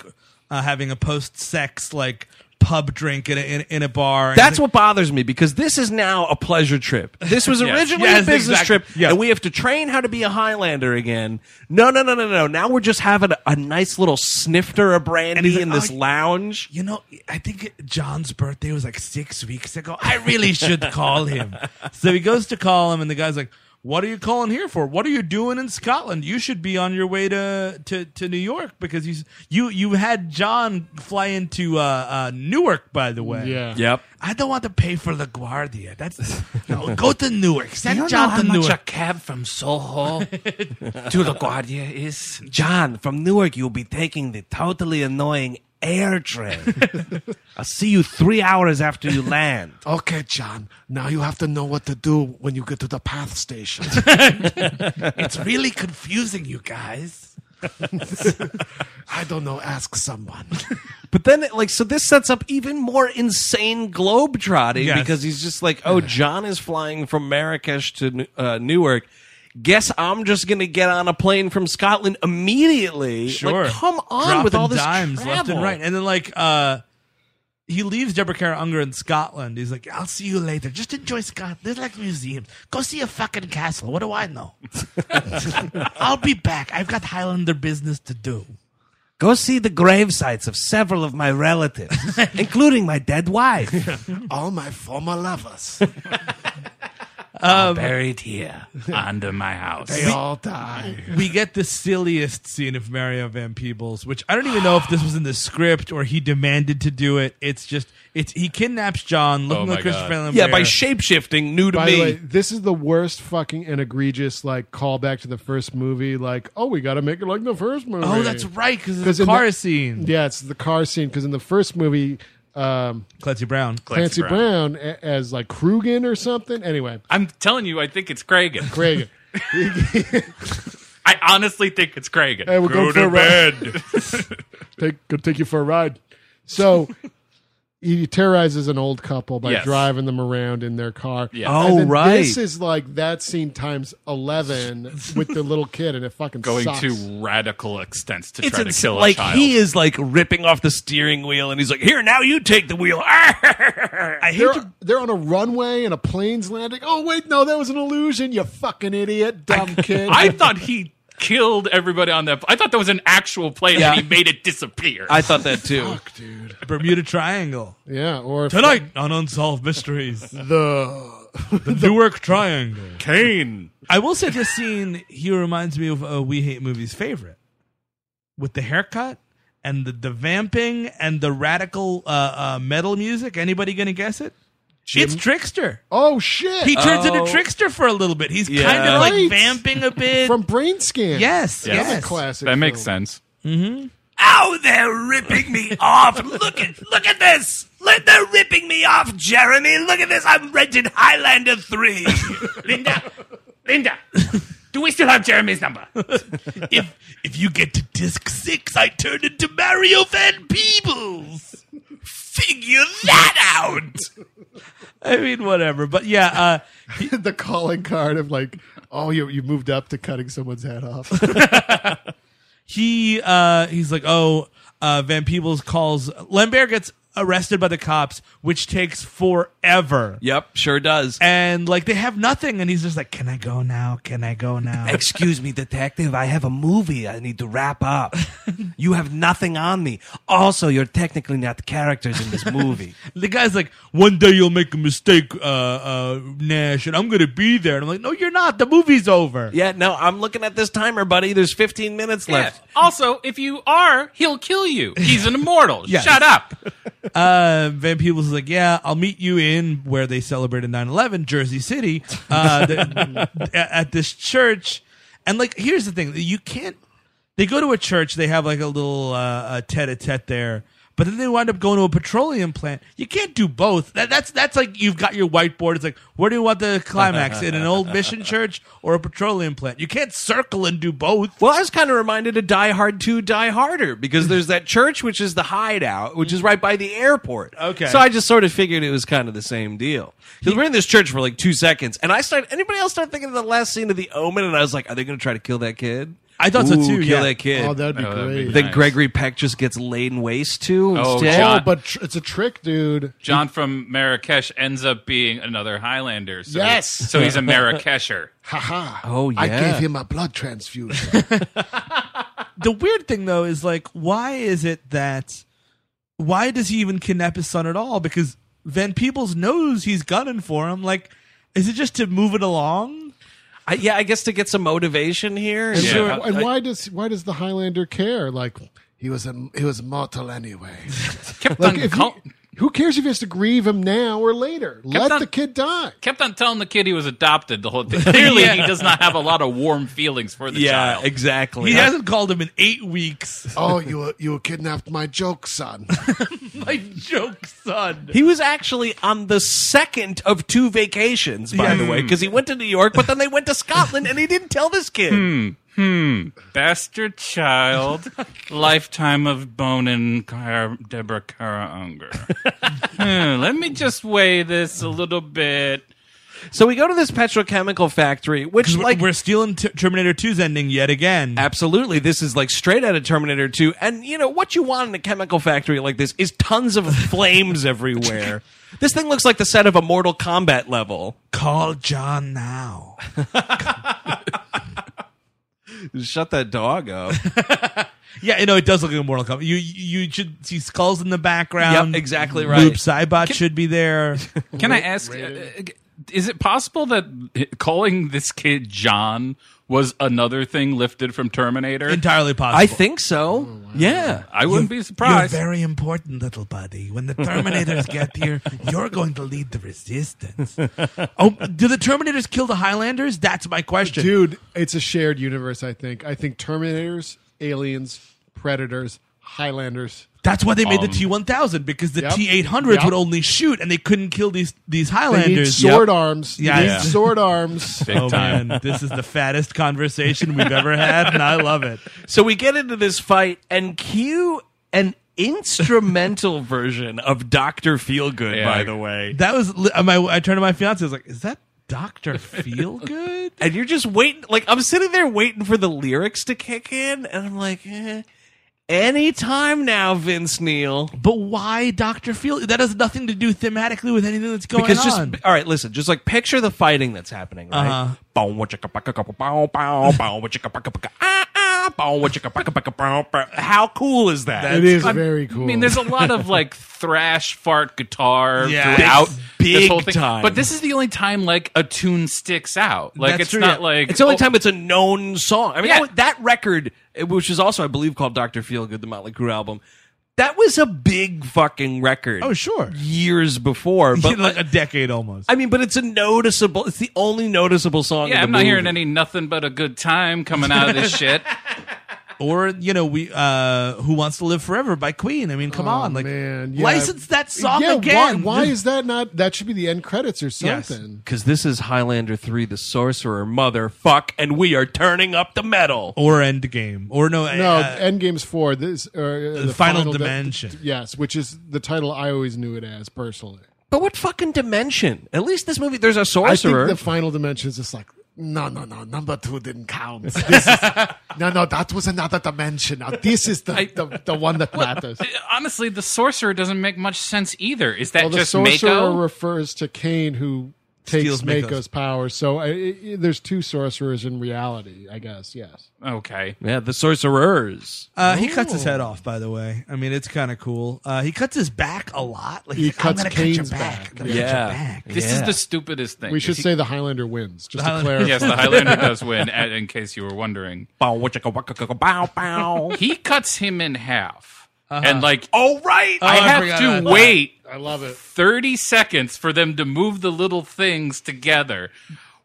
uh, having a post-sex like pub drink in a, in, in a bar. And
That's what bothers me because this is now a pleasure trip. This was
Yes.
originally
Yes,
a business
exactly.
trip, and we have to train how to be a Highlander again. No, no, no, no, no. Now we're just having a, a nice little snifter of brandy
he's like,
in this
"Oh,
lounge.
You know, I think John's birthday was like six weeks ago. I really should call him. So he goes to call him, and the guy's like, "What are you calling here for? What are you doing in Scotland? You should be on your way to to, to New York because you you you had John fly into uh, uh, Newark, by the way.
Yeah. Yep.
I don't want to pay for LaGuardia. That's no. Go to Newark. Send
you don't
John
know how
to
much
Newark.
a cab from Soho to LaGuardia is.
John from Newark, you'll be taking the totally annoying air train. I'll see you three hours after you land.
Okay, John. Now you have to know what to do when you get to the path station.
it's really confusing, you guys.
I don't know. Ask someone.
But then, like, so this sets up even more insane globetrotting
Yes.
because he's just like, oh, John is flying from Marrakesh to uh, Newark. guess I'm just going to get on a plane from Scotland immediately.
Sure.
Like, come on
Dropping
with all this
dimes left and
travel.
right. And then like uh he leaves Deborah Kerr Unger in Scotland. He's like, I'll see you later. Just enjoy Scotland. There's like museums. Go see a fucking castle. What do I know? I'll be back. I've got Highlander business to do.
Go see the grave sites of several of my relatives, including my dead wife.
All my former lovers.
Um,
buried here under my house.
They all
die.
we get the silliest scene of Mario Van Peebles, which I don't even know if this was in the script or he demanded to do it. It's just it's he kidnaps John, looking like Christopher Lambert.
Yeah, by shapeshifting, new to
By
me.
the way, this is the worst fucking and egregious like callback to the first movie. Like, oh, we got to make it like the first movie.
Oh, that's right, 'cause it's a
in
car scene.
Yeah, it's the car scene. Because in the first movie, um,
Clancy Brown,
Clancy, Brown, a- as like Krugen or something. Anyway,
I'm telling you, I think it's Craig.
Craig.
I honestly think it's Craig.
Hey, we're going for a ride. take go take you for a ride. So he terrorizes an old couple by
Yes.
driving them around in their car.
Yeah.
And
Oh,
then
right.
This is like that scene times eleven with the little kid, and it fucking
going
sucks.
to radical extents to
It's
try to
ins-
kill a
like
child.
he is like ripping off the steering wheel, and he's like, "Here now, you take the wheel." I
they're, they're on a runway and a plane's landing. Oh wait, no, that was an illusion. You fucking idiot, dumb kid.
I thought he killed everybody on that. I thought that was an actual plane,
Yeah.
and he made it disappear.
I thought that too.
Bermuda Triangle.
Yeah, or
tonight on Unsolved Mysteries,
the
the Newark Triangle,
Kane.
I will say this scene he reminds me of a We Hate Movies favorite with the haircut and the, the vamping and the radical uh, uh, metal music. Anybody gonna guess it? It's Trickster.
Oh shit!
He turns
Oh.
into Trickster for a little bit. He's
Yeah.
kind of like
Right.
vamping a bit
from Brain Scan.
Yes,
Yes.
yes.
That makes sense.
Mm-hmm.
Ow, they're ripping me off. Look at look at this. Let they're ripping me off, Jeremy. Look at this. I'm rented Highlander 3.
Linda, Linda, do we still have Jeremy's number?
if if you get to disc 6, I turn into Mario Van Peebles. Figure that out.
I mean, whatever. But yeah, uh,
the calling card of like, oh, you you moved up to cutting someone's head off.
he uh he's like oh uh van peebles calls lambert gets arrested by the cops which takes forever
Yep, sure does.
and like they have nothing and he's just like can i go now can i go now
Excuse me, detective. I have a movie I need to wrap up. you have nothing on me. Also, you're technically not characters in this movie.
the guy's like one day you'll make a mistake uh uh nash and i'm gonna be there and i'm like no you're not the movie's over
yeah no i'm looking at this timer buddy there's 15 minutes left
Also, if you are, he'll kill you. He's an immortal. Shut up.
uh, Van Peebles is like, yeah, I'll meet you in where they celebrated 9-11, Jersey City, uh, the, at this church. And like, here's the thing. You can't, they go to a church. They have like a little, uh, a tete-a-tete there. But then they wind up going to a petroleum plant. You can't do both. That, that's that's like you've got your whiteboard. It's like, where do you want the climax? In an old mission church or a petroleum plant? You can't circle and do both.
Well, I was kind of reminded of Die Hard 2 Die Harder because there's that church which is the hideout, which is right by the airport.
Okay.
So I just sort of figured it was kind of the same deal. Because we're in this church for like two seconds, and I started, anybody else start thinking of the last scene of The Omen, and I was like, are they going to try to kill that kid?
I thought so
Ooh,
too,
Kill
yeah.
that kid.
Oh, that'd be Oh, that'd be great.
Then
nice.
Gregory Peck just gets laid waste to
Oh,
instead.
John-
but tr- it's a trick, dude.
John from Marrakesh ends up being another Highlander. So
Yes.
so he's a Marrakesher.
Haha.
Oh
I
yeah.
gave him a blood transfusion.
the weird thing though is like why is it that why does he even kidnap his son at all because van peebles knows he's gunning for him like is it just to move it along
I, yeah, I guess to get some motivation here.
And, so- and why does why does the Highlander care? Like he was a he was mortal anyway. like, if he- who cares if he has to grieve him now or later? Let
on-
the kid die.
Kept on telling the kid he was adopted the whole thing. Clearly, he does not have a lot of warm feelings for the
Yeah,
child.
exactly.
He
I-
hasn't
called him in eight weeks.
Oh, you were, you were kidnapped my joke, son.
my joke son
He was actually on the second of two vacations, by the
Hmm.
way, because he went to New York, but then they went to Scotland, and he didn't tell this kid.
Hmm. Hmm. Bastard child. Lifetime of Bone and Car- Deborah Kara Unger. Hmm, Let me just weigh this a little bit.
So we go to this petrochemical factory, which like
we're stealing t- Terminator 2's ending yet again.
Absolutely, this is like straight out of Terminator 2. And you know what you want in a chemical factory like this is tons of flames everywhere. This thing looks like the set of a Mortal Kombat level.
Call John now.
Shut that dog up.
Yeah, you know it does look like a Mortal Kombat. You you should see skulls in the background.
Yep, exactly right.
Loop Cybot should be there.
Can I ask? uh, Is it possible that calling this kid John was another thing lifted from Terminator?
Entirely possible.
I think so. Yeah,
I wouldn't
You-
be surprised.
You're very important, little buddy. When the Terminators get here, you're going to lead the resistance. Oh, do the Terminators kill the Highlanders? That's my question.
Dude, it's a shared universe, I think. I think Terminators, Aliens, Predators, Highlanders.
That's why they made the T one thousand because the T eight hundreds
Yep.
would only shoot and they couldn't kill these these
They need
Highlanders.
sword arms.
Yeah,
Yeah, need
yeah.
sword arms.
oh man, this is the fattest conversation we've ever had, and I love it.
So we get into this fight and cue an instrumental version of Doctor Feelgood.
Yeah.
By the way,
That was li- my. I turned to my fiance. I was like, "Is that Doctor Feelgood?"
and you're just waiting. Like I'm sitting there waiting for the lyrics to kick in, and I'm like, eh, anytime now, Vince Neil.
But why Doctor Feel? That has nothing to do thematically with anything that's going
because
on.
just all right, listen, just like picture the fighting that's happening,
Uh-huh.
right? Bow, wachicka, backa, backa, bow, bow, bow, wachicka, backa, backa, ah, ah, bow, wachicka, backa, backa, bow, bow. How cool is that?
It is I'm-
very
I mean, there's a lot of like thrash fart guitar
Yeah.
throughout
Big-
this
big
whole thing.
time.
But this is the only time like a tune sticks out. Like
That's
it's
true,
not
yeah.
like
it's the only
oh,
time it's a known song. I mean,
Yeah.
that, that record, eh, which is also I believe called Doctor Feelgood, the Motley Crue album, that was a big fucking record.
Oh, sure.
years before, but
like a decade almost.
I mean, but it's a noticeable. It's the only noticeable song. in
Yeah,
the
I'm not
movie.
hearing any nothing but a good time coming out of this shit.
or you know, we uh, "Who Wants to Live Forever" by Queen. I mean, come on, like
Oh, Yeah.
license that song
yeah,
again.
Why, why is that not? That should be the end credits or something.
Because this is Highlander 3, The Sorcerer, Motherfuck, and we are turning up the metal.
Or Endgame. Or no, uh,
No, Endgame's four. This or uh,
The Final
Di-
Dimension.
yes, which is the title I always knew it as personally.
But what fucking dimension? At least this movie, there's a
I
sorcerer.
think the Final Dimension is just like no, no, no. Number two didn't count. This is, no, no, that was another dimension. Now this is the the, the one that matters.
Honestly, the sorcerer doesn't make much sense either. Is that
well, the
just
sorcerer
Mako?
refers to Cain, who takes
Steals Mako's.
Mako's, power. So uh, i i there's two sorcerers in reality, I guess. Yes.
okay.
yeah, the sorcerers.
Uh,
oh.
he cuts his head off, by the way. I mean, it's kind of cool. Uh, he cuts his back a lot. Like,
He
he's like,
cuts
I'm gonna cut your
Kane's
back.
back.
I'm gonna cut your
Yeah.
back.
This is
Yeah.
the stupidest thing.
we should
Is he-
say the Highlander wins, just
The
to
Highlander-
clarify.
Yes, the Highlander does win, a- in case you were wondering.
Bow, wicka, wicka, wicka, bow, bow.
He cuts him in half.
Uh-huh.
And like, oh right,
Oh,
I
I
have
forgot
to
about that.
wait.
I love it.
Thirty seconds for them to move the little things together.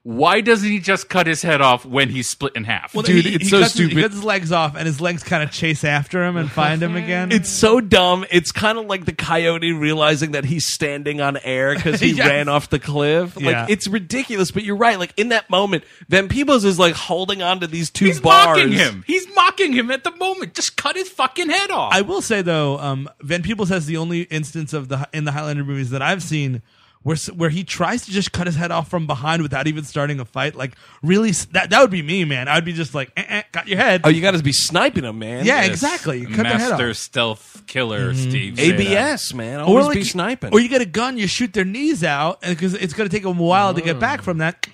Why doesn't he just cut his head off when he's split in half?
Well, he, he cuts His, he cuts his legs off, and his legs kind of chase after him and find him again.
It's so dumb. It's kind of like the coyote realizing that he's standing on air because he
Yes.
ran off the cliff. Like,
Yeah.
it's ridiculous, but you're right. Like, in that moment, Van Peebles is like holding on to these two bars.
mocking him. He's mocking him at the moment. Just cut his fucking head off.
I will say though, um, Van Peebles has the only instance of the in the Highlander movies that I've seen where s- where he tries to just cut his head off from behind without even starting a fight. Like really, s- that that would be me, man. I'd be just like, eh, eh, got your head.
Oh, you got to be sniping him, man.
Yeah, exactly. You cut their head
Master
off.
stealth killer,
Mm-hmm.
Steve.
ABS, man. Always be
you-
sniping.
Or you get a gun, you shoot their knees out because it's going to take them a while to get back from that.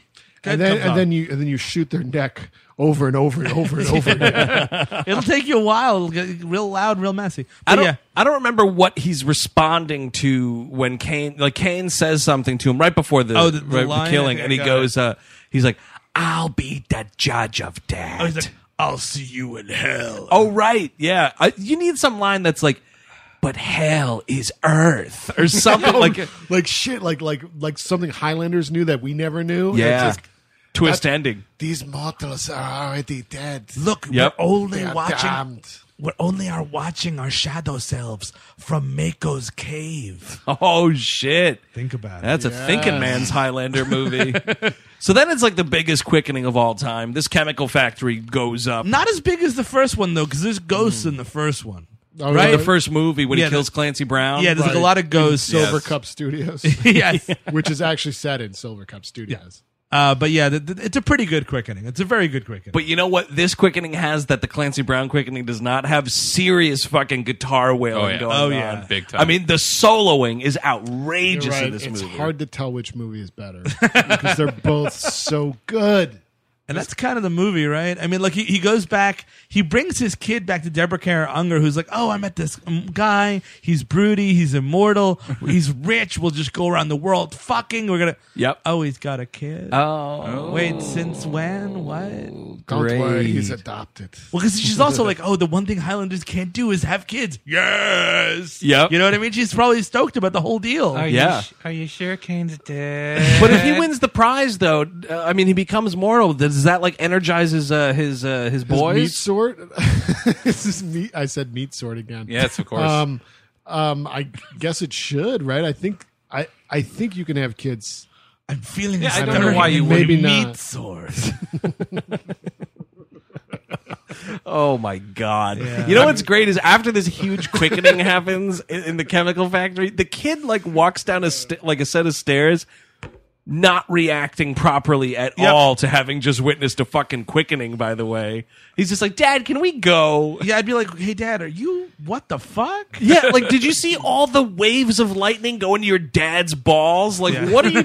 Oh. and then and then you and then you shoot their neck over and over and over and over.
it'll take you a while. It'll get real loud, real messy.
I
But
don't.
yeah,
I don't remember what he's responding to when Kane, like Kane, says something to him right before the,
Oh, the- the
right- the
line, I
killing,
think
and
I
he
got
goes, uh, he's like, "I'll be the judge of death."
Oh,
he's like, I'll see you in hell.
oh, right, yeah. I, you need some line that's like, "But hell is earth" or something
No,
like.
like shit, like like like something Highlanders knew that we never knew. and
Yeah.
it's just-
Twist
that-
ending.
These mortals are already dead.
Look,
Yep.
we're only
They are
watching.
damned.
We're only are watching our shadow selves from Mako's cave.
Oh shit!
Think about
That's
it.
a thinking
Yes.
man's Highlander movie. so then it's like the biggest quickening of all time. This chemical factory goes up.
not as big as the first one though, because there's ghosts in the first one.
Oh,
right?
really?
The first movie when
Yeah,
he kills
the-
Clancy Brown.
Right. In Silver Cup Studios.
Yes.
Which is actually set in Silver Cup Studios.
Uh, but yeah, th- th- it's a pretty good quickening. It's a very good quickening.
But you know what this quickening has that the Clancy Brown quickening does not have serious fucking guitar wailing
Oh, yeah.
going
Oh, yeah.
on.
Big
time. I mean, the soloing is outrageous
You're right.
in this
it's
movie.
hard to tell which movie is better because they're both so good.
And that's kind of the movie, right? I mean, like he, he goes back, he brings his kid back to Deborah Kerr Unger, who's like, "Oh, I met this um, guy. He's broody. He's immortal. He's rich. We'll just go around the world fucking. We're gonna.
Yep.
Oh, he's got a kid.
Oh.
wait, since when?
Oh,
What?
Don't worry, he's adopted.
Well, because she's also like, oh, the one thing Highlanders can't do is have kids. Yes.
Yep.
You know what I mean? She's probably stoked about the whole deal.
Are you Yeah. sh-
are you sure Kane's dead?
But if he wins the prize, though, uh, I mean, he becomes mortal. Does that like energizes uh, his uh, his boys?
meat sword. this is meat. I said meat sword again.
Yes, of course.
Um, um, I guess it should, right? I think I I think you can have kids.
I'm feeling.
Yeah, I don't know why you
Maybe
wouldn't.
not.
Meat sword.
Oh my god!
Yeah.
You know what's great is after this huge quickening happens in, in the chemical factory, the kid like walks down a st- like a set of stairs, not reacting properly at all to having just witnessed a fucking quickening. By the way, he's just like, "Dad, can we go?"
Yeah, I'd be like, "Hey, Dad, are you what the fuck?"
Yeah, like, did you see all the waves of lightning go into your dad's balls? Like,
Yeah.
what are you?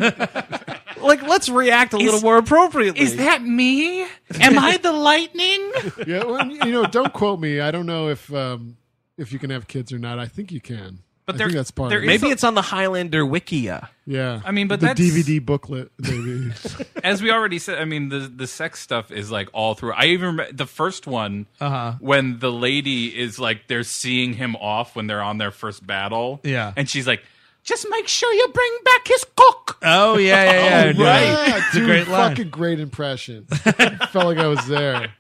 like, let's react a little more appropriately.
Is that me? Am I the lightning?
Yeah, well, you know, don't quote me. I don't know if um if you can have kids or not. I think you can.
But
I
there-
think that's part.
there
of it.
is
Maybe it's on the Highlander Wikia.
Yeah,
I mean, but
the
that's-
DVD booklet. Maybe.
As we already said, I mean the the sex stuff is like all through. I even remember the first one
Uh-huh.
when the lady is like they're seeing him off when they're on their first battle.
Yeah.
and she's like,
Just make sure you bring back his cock.
Oh yeah, yeah, yeah. dude.
Yeah,
It's
dude,
a great line.
Fucking great impression. Felt like I was there.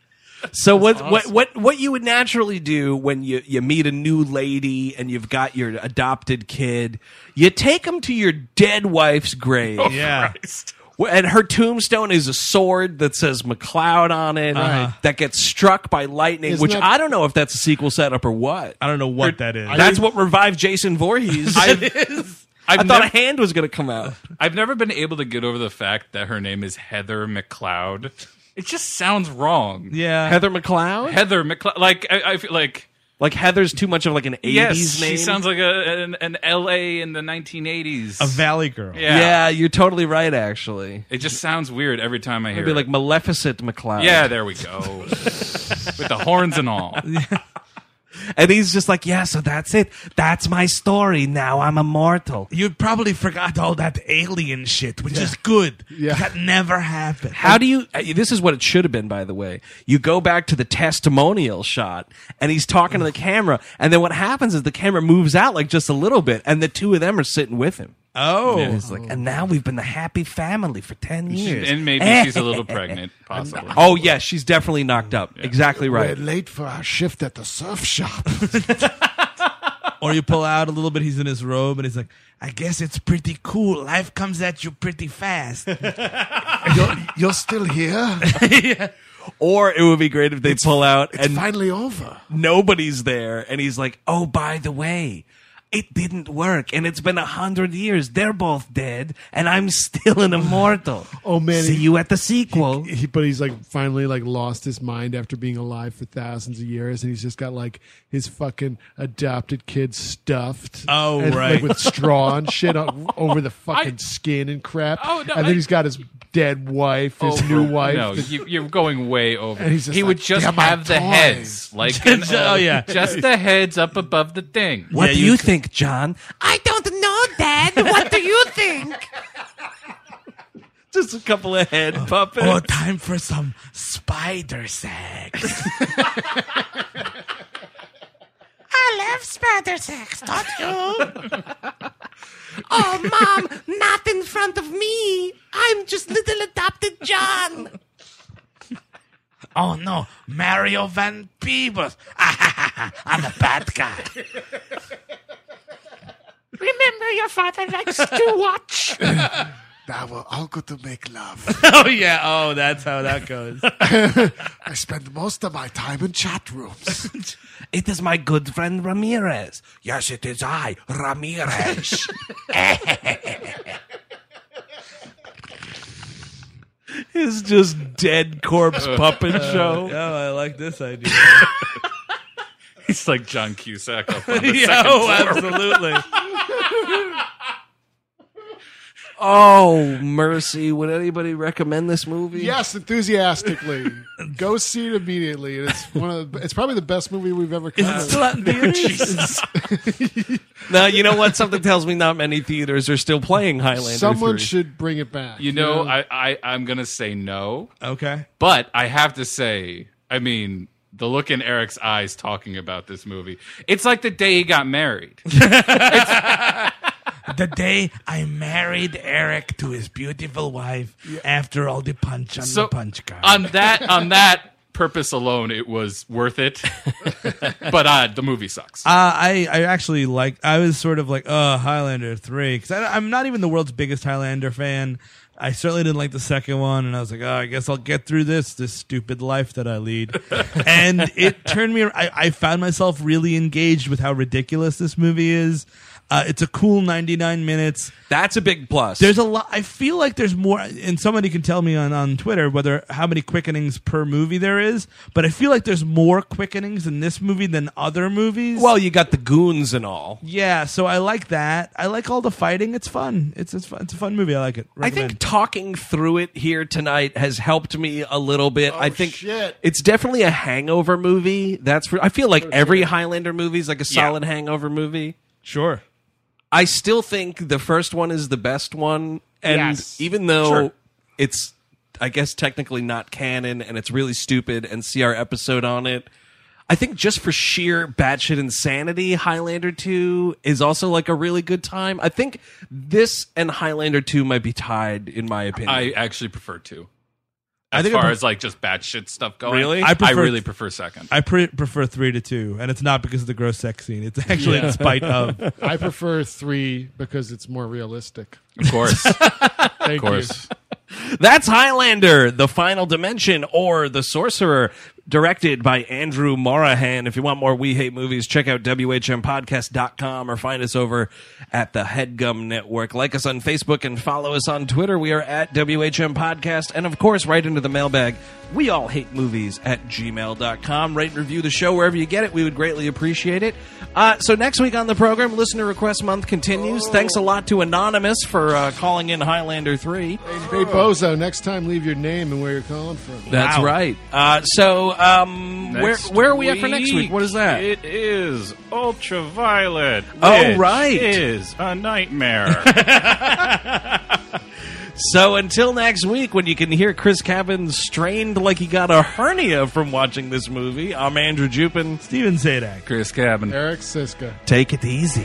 So what,
That's
what
awesome.
what what you would naturally do when you you meet a new lady and you've got your adopted kid, you take him to your dead wife's grave.
Oh.
yeah.
Wh- And her tombstone is a sword that says McLeod on it
Uh-huh.
that gets struck by lightning,
Isn't
which
that-
I don't know if that's a sequel setup or what.
I don't know what that is.
That's what revived Jason Voorhees. I
I've
thought
nev-
a hand was going to come out.
I've never been able to get over the fact that her name is Heather McLeod. It just sounds wrong.
Yeah.
Heather McLeod?
Heather McLeod. Like I, I feel like
Like Heather's too much of like an 80s
yes,
name.
she sounds like a an, an LA in the 1980s.
A
Valley Girl.
Yeah.
yeah, you're totally right actually.
It just sounds weird every time I hear
It'd be
it.
like Maleficent McLeod.
Yeah, there we go. With the horns and all.
And he's just like, yeah, so that's it. That's my story. Now I'm immortal.
You probably forgot all that alien shit, which is good.
Yeah.
That never happened.
How do you? uh, This is what it should have been, by the way. You go back to the testimonial shot, and he's talking to the camera, and then what happens is the camera moves out like just a little bit, and the two of them are sitting with him.
Oh,
and he's like, and now we've been a happy family for ten years,
And maybe she's a little pregnant, possibly.
Oh yeah, she's definitely knocked up. Exactly right.
We're late for our shift at the surf shop.
or you pull out a little bit, he's in his robe and he's like, I guess it's pretty cool. Life comes at you pretty fast.
you're, you're still here?
Or it would be great if they pull out and
finally over.
Nobody's there, and he's like, "Oh, by the way, it didn't work, and it's been a hundred years. They're both dead, and I'm still an immortal."
Oh man!
See you at the sequel.
He, he- but he's like finally like lost his mind after being alive for thousands of years, and he's just got like his fucking adopted kid stuffed.
Oh,
and,
right.
like, with straw and shit o- over the fucking skin and crap.
Oh, no,
and
I-
then he's got his dead wife, his
Over-
new wife.
No,
the-
you, you're going way over.
And he's just
he would
like,
just
"They're my
have the
toys."
heads, like an-
Oh, yeah.
just the heads up above the thing.
What do you think, John? I don't know, Dad. What do you think? Just a couple of head puppets.
Oh, time for some spider sex.
I love spider sex, don't you? oh, mom, not in front of me. I'm just little adopted John.
oh no, Mario Van Peebles. I'm a bad guy.
Remember, your father likes to watch.
Now we're all going to make love.
oh yeah. Oh, that's how that goes.
I spend most of my time in chat rooms.
It is my good friend Ramirez. Yes, it is I, Ramirez.
It's just dead corpse puppet
Uh,
show.
Oh, I like this idea.
He's like John Cusack. Up on the
yeah,
second
oh,
floor.
absolutely.
Oh mercy! Would anybody recommend this movie?
Yes, enthusiastically. Go see it immediately. It's one of the, it's probably the best movie we've ever covered.
Jesus. now you know what? Something tells me not many theaters are still playing Highlander.
Someone
3.
should bring it back.
You know, I, I I'm gonna say no.
Okay.
But I have to say, I mean, the look in Eric's eyes talking about this movie. It's like the day he got married.
the day I married Eric to his beautiful wife after all the punch on the punch card.
on that on that purpose alone, it was worth it. but uh, the movie sucks.
Uh, I, I actually like I was sort of like uh Highlander three because I'm not even the world's biggest Highlander fan. I certainly didn't like the second one, and I was like, oh, I guess I'll get through this this stupid life that I lead. and it turned me. I, I found myself really engaged with how ridiculous this movie is. Uh, it's a cool 99 minutes.
That's a big plus.
There's a lot. I feel like there's more, and somebody can tell me on, on Twitter whether how many quickenings per movie there is. But I feel like there's more quickenings in this movie than other movies.
Well, you got the goons and all.
Yeah, so I like that. I like all the fighting. It's fun. It's it's fun. It's a fun movie. I like it.
I think talking through it here tonight has helped me a little
Oh,
bit. I think it's definitely a hangover movie. That's for, I feel like every Highlander movie is like a solid hangover movie.
Sure.
I still think the first one is the best one, and
Yes.
even though
Sure.
it's, I guess technically not canon, and it's really stupid, and see our episode on it. I think just for sheer batshit insanity, Highlander 2 is also like a really good time. I think this and Highlander 2 might be tied, in my opinion.
I actually prefer two.
I
As
think I
far
pre-
as like just batshit stuff going,
Really?
I,
I prefer-
really prefer second.
I pre- prefer three to two, and it's not because of the gross sex scene. It's actually in spite of.
I prefer three because it's more realistic.
Of course.
Thank
Of course. That's Highlander, The Final Dimension, or The Sorcerer, directed by Andrew Morahan. If you want more We Hate Movies, check out WHMPodcast.com or find us over at the Headgum Network. Like us on Facebook and follow us on Twitter. We are at WHM Podcast. And of course, right into the mailbag, we all hate movies at gmail.com. Rate and review the show wherever you get it. We would greatly appreciate it. Uh, so next week on the program, Listener Request Month continues. Thanks a lot to Anonymous for uh, calling in Highlander 3.
Oh.
Hey Bozo, next time leave your name and where you're calling from.
That's right. Uh, so, um, where
Next
where are we at for next week? What is that?
It is Ultraviolet.
Oh,
which
right.
is a nightmare.
so until next week, when you can hear Chris Cabin strained like he got a hernia from watching this movie, I'm Andrew Jupin.
Steven Zadak.
Chris Cabin.
Eric Siska.
Take it easy.